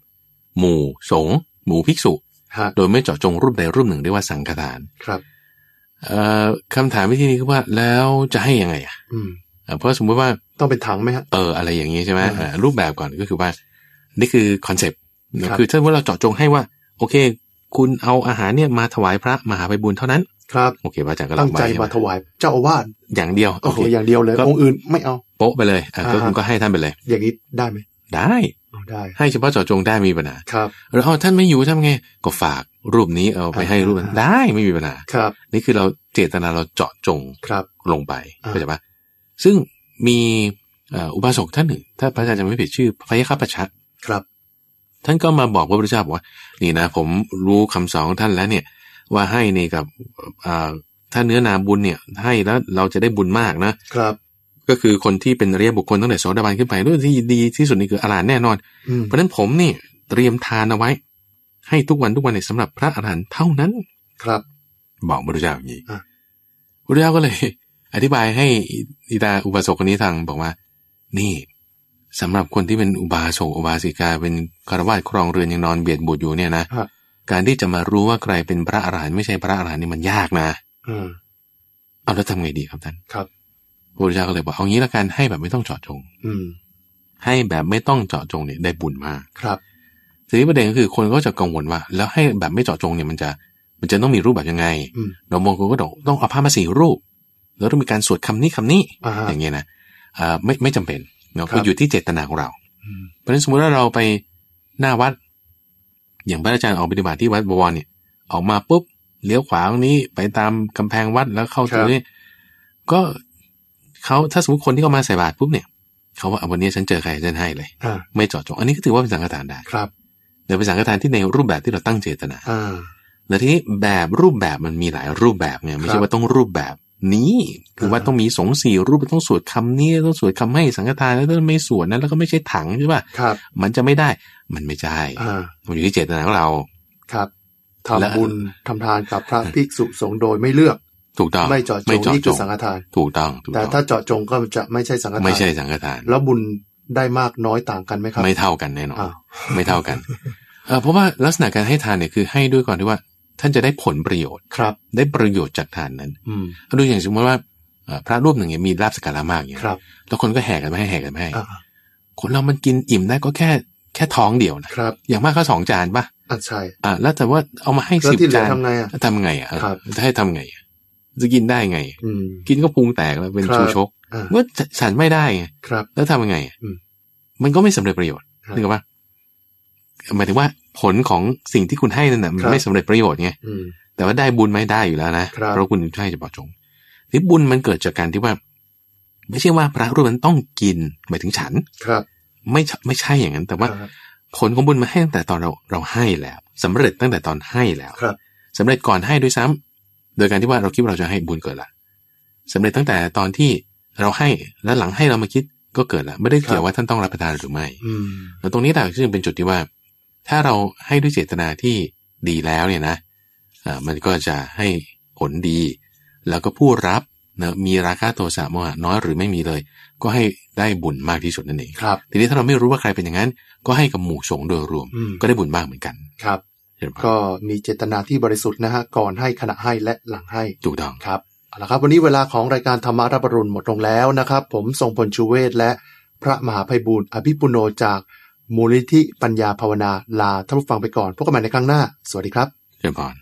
S2: หมู่สงฆ์หมู่ภิกษุ
S1: ฮะ
S2: โดยไม่เจาะจงรูปใดรูปหนึ่งเรียกว่าสังฆทาน
S1: ครับ
S2: เอ่อคำถามวิธีนี้คือว่าแล้วจะให้ยังไงอ่ะ
S1: อืม
S2: เอ่อเพราะสมมติว่า
S1: ต้องเป็นถังไหมฮะ
S2: เอออะไรอย่างนี้ใช่ไหม
S1: อืม
S2: เอ่อรูปแบบก่อนก็คือว่า นี่คือคอนเซปต์
S1: ครับ
S2: คือถ้าว่าเราเจาะจงให้ว่า โอเค คุณเอาอาหารเนี่ยมาถวายพระมหาไปบุญเท่านั้น
S1: ครับ
S2: โอเคพระอาจารย์ก็รั
S1: ตั้
S2: บ
S1: งใจ
S2: ไว้ช่ไห
S1: มาถวายเจ้าอาวาส
S2: อย่างเดียว
S1: โอ้โห
S2: เค
S1: อย่างเดียวเลย
S2: ก็
S1: องค์อื่นไม่เอา
S2: โป๊ะไปเลยอ่ะก็
S1: อ่าฮะ
S2: คุณก็ให้ท่านไปเลย
S1: อย่างนี้ได้ไหม
S2: ได้
S1: อ๋อได้
S2: ให้เฉพาะเจาะจงได้ไม่มีปัญหา
S1: ครับ
S2: แล้วเอาท่านไม่อยู่ทำไงก็ฝากรูปนี้เอาไปให้รูปนั้นได้ไม่มีปัญหา
S1: ครับ
S2: นี่คือเราเจตนาเราเจาะจง
S1: ครับ
S2: ลงไป
S1: อ่า
S2: เข้าใจปะซึ่งมีเอ่ออุบาสกท่านหนึ่ง ถ้าพระอาจารย์จำไม่ผิดชื่อพระยะคัปปชะ
S1: ครับ
S2: ท่านก็มาบอกพระพุทธเจ้าบอกว่า นี่นะผมรู้คำสอนของท่านแล้วเนี่ย ว่าให้นี่กับเอ่อถ้าเนื้อนาบุญเนี่ย ให้แล้วเราจะได้บุญมากนะ
S1: ครับ
S2: ก็คือคนที่เป็นอริยบุคคลตั้งแต่โสดาบันขึ้นไปด้วยที่ดีที่สุดนี่คืออรหันต์แน่นอน
S1: อืม
S2: เพราะฉะนั้นผมนี่เตรียมทานเอาไว้ ให้ทุกวันทุกวันเนี่ยสำหรับพระอรหันต์เท่านั้น
S1: ครับ
S2: บอกพระพุทธเจ้าอย่างนี้
S1: อ่ะ
S2: พระพุทธเจ้าก็เลย อธิบายให้อิตาอุบาสกคนนี้ทางบอกว่า นี่สำหรับคนที่เป็นอุบาสกอุบาสิกาเป็นคารวาสครองเรือนยังนอนเบียดบุตรอยู่เนี่ยนะ
S1: ฮะ
S2: การที่จะมารู้ว่าใครเป็นพระอรหันต์ไม่ใช่พระอรหันต์นี่มันยากนะ
S1: อืม
S2: เอาแล้วทำไงดีครับท่าน
S1: ครับ
S2: พระพุทธเจ้าก็เลยบอกเอางี้ละกันให้แบบไม่ต้องเจาะจง
S1: อืม
S2: ให้แบบไม่ต้องเจาะจงเนี่ยได้บุญมาก
S1: ครับ
S2: ทีนี้ประเด็นก็คือคนก็จะกังวลว่า แล้วให้แบบไม่เจาะจงเนี่ยมันจะมันจะต้องมีรูปแบบยังไง
S1: อืม
S2: เรามองคนก็ต้องต้องเอาผ้ามาสีรูป แล้วต้องมีการสวดคำนี้คำนี้
S1: อ่าฮะ
S2: อย่างเงี้ยนะเอ่อไม่ไม่จำเป็นเนาะ
S1: ครับ
S2: คืออยู่ที่เจตนาของเรา
S1: อืม
S2: เพราะฉะนั้นสมมติว่าเราไปหน้าวัด อย่างพระอาจารย์ออกปฏิบัติที่วัดบวรเนี่ย ออกมาปุ๊บเลี้ยวขวาตรงนี้ไปตามกำแพงวัดแล้วเข้าตรงนี้ ก็เขาถ้าสมมติคนที่เขามาใส่บาตรปุ๊บเนี่ยเขาว่าอ่ะวันนี้ฉันเจอใครฉันให้เลย
S1: อ่า
S2: ไม่เจาะจงอันนี้ก็ถือว่าเป็นสังฆทานได้
S1: ครับ
S2: แต่เป็นสังฆทานที่ในรูปแบบที่เราตั้งเจตนา
S1: อ่า
S2: แล้วทีนี้แบบรูปแบบมันมีหลายรูปแบบไง
S1: ค
S2: ไม่
S1: รั
S2: ใช่
S1: บ
S2: ว่าต้องรูปแบบนี้คือว่า
S1: อ่า
S2: ต้องมีสงฆ์สี่รูปต้องสวดคำนี้ต้องสวดคำให้สังฆทานแล้วต้องไม่สวดนั้นแล้วก็ไม่ใช่ถังใช่ป่ะ
S1: ครับ
S2: มันจะไม่ได้มันไม่ใช่
S1: อ่า
S2: มันอยู่ที่เจตนาของเรา
S1: ครับ
S2: และ
S1: ทำบุญทำทานกับพระภิกษุสงฆ์โดยไม่เลือก
S2: ถูกต้อง
S1: ไม่เจาะจงนี่คือสังฆทาน
S2: ถูกต้องถูก
S1: แต่
S2: ต้อง
S1: ถ้าเจาะจงก็จะไม่ใช่สังฆทาน
S2: ไม่ใช่สังฆทาน
S1: แล้วบุญได้มากน้อยต่างกันไหมครับ
S2: ไม่เท่ากันแน่นอน
S1: อ่า
S2: ไม่เท่า กันเอ่อเพราะว่าลักษณะการให้ทานเนี่ยคือให้ด้วยก่อนที่ว่า ท่านจะได้ผลประโยชน์
S1: ครับ
S2: ได้ประโยชน์จากทานนั้น
S1: อืม
S2: เอาดูอย่างสมมติว่าเอ่อพระรูปหนึ่งเนี่ยมีลาบสกการะมากเนี่ย
S1: ครับ
S2: แล้วคนก็แห่กันไม่ให้แห่กันไม่ให้
S1: อ่า
S2: คนเรามันกินอิ่มได้ก็แค่แค่ท้องเดียวนะครับอย่างมากก็สองจานป่ะ
S1: อ่าใช่
S2: อ่ะแล้วแต่ว่าเอามาให้
S1: แล้ว
S2: สิบ
S1: ที่เหลือ
S2: จาน
S1: ทำไงอ่ะ
S2: ทำไงอ่ะเออ
S1: ครับ
S2: จะให้ทำไงอ่ะจะกินได้ไง
S1: อืม
S2: กินก็พุงแตกแล้วเป็น
S1: ครับ
S2: ชูชก
S1: อ่า
S2: ว่าฉันไม่ได้ไง
S1: ครับ
S2: แล้วทำยังไงอ่ะ
S1: อืม
S2: มันก็ไม่สำเร็จประโยชน์
S1: ครับ
S2: นึกออกปะ หมายถึงว่าผลของสิ่งที่คุณให้นั่นน่ะมัน
S1: ครับ
S2: ไม่สำเร็จประโยชน์ไง
S1: อืม
S2: แต่ว่าได้บุญไหม่ได้อยู่แล้วนะครับ เพราะคุณใช่จะบอกจงที่บุญมันเกิดจากการที่ว่า ไม่ใช่ว่าพระรูปนั้นต้องกินหมายถึงฉัน
S1: ครับ
S2: ไม่ใช่ไม่ใช่อย่างนั้น แต่ว่า
S1: ครับ
S2: ผลของบุญมาให้ตั้งแต่ตอนเราเราให้แล้วสำเร็จตั้งแต่ตอนให้แล้ว
S1: ครับ
S2: สำเร็จก่อนให้ด้วยซ้ำโดยการที่ว่าเราคิดว่าเราจะให้บุญเกิดละสำเร็จตั้งแต่ตอนที่เราให้และหลังให้เรามาคิดก็เกิดละไม่ได้เกี่ยวว่าท่านต้องรับประทานหรือไม่
S1: อืม
S2: แล้วตรงนี้ต่างซึ่งเป็นจุดที่ว่า ถ้าเราให้ด้วยเจตนาที่ดีแล้วเนี่ยนะอ่ามันก็จะให้ผลดี แล้วก็ผู้รับนะมีราคาโทสะโมหะน้อยหรือไม่มีเลย ก็ให้ได้บุญมากที่สุดนั่นเอง
S1: ครับ
S2: ทีนี้ถ้าเราไม่รู้ว่าใครเป็นอย่างนั้น ก็ให้กับหมู่สงฆ์โดยรวม
S1: อืม
S2: ก็ได้บุญมากเหมือนกัน
S1: ครับ
S2: เห็นไหม
S1: ก็มีเจตนาที่บริสุทธิ์นะฮะก่อนให้ขณะให้และหลังให้
S2: ถูกต้อง
S1: ครับเอาละครับ วันนี้เวลาของรายการธรรมารับอรุณหมดลงแล้วนะครับ ผมทรงพลชูเวศและพระมหาภัยบูร์อภิปุโนจากมูลนิธิปัญญาภาวนาลาท่านผู้ฟังไปก่อน พบกันใหม่ในครั้งหน้า สวัสดีครับ
S2: เจริญพร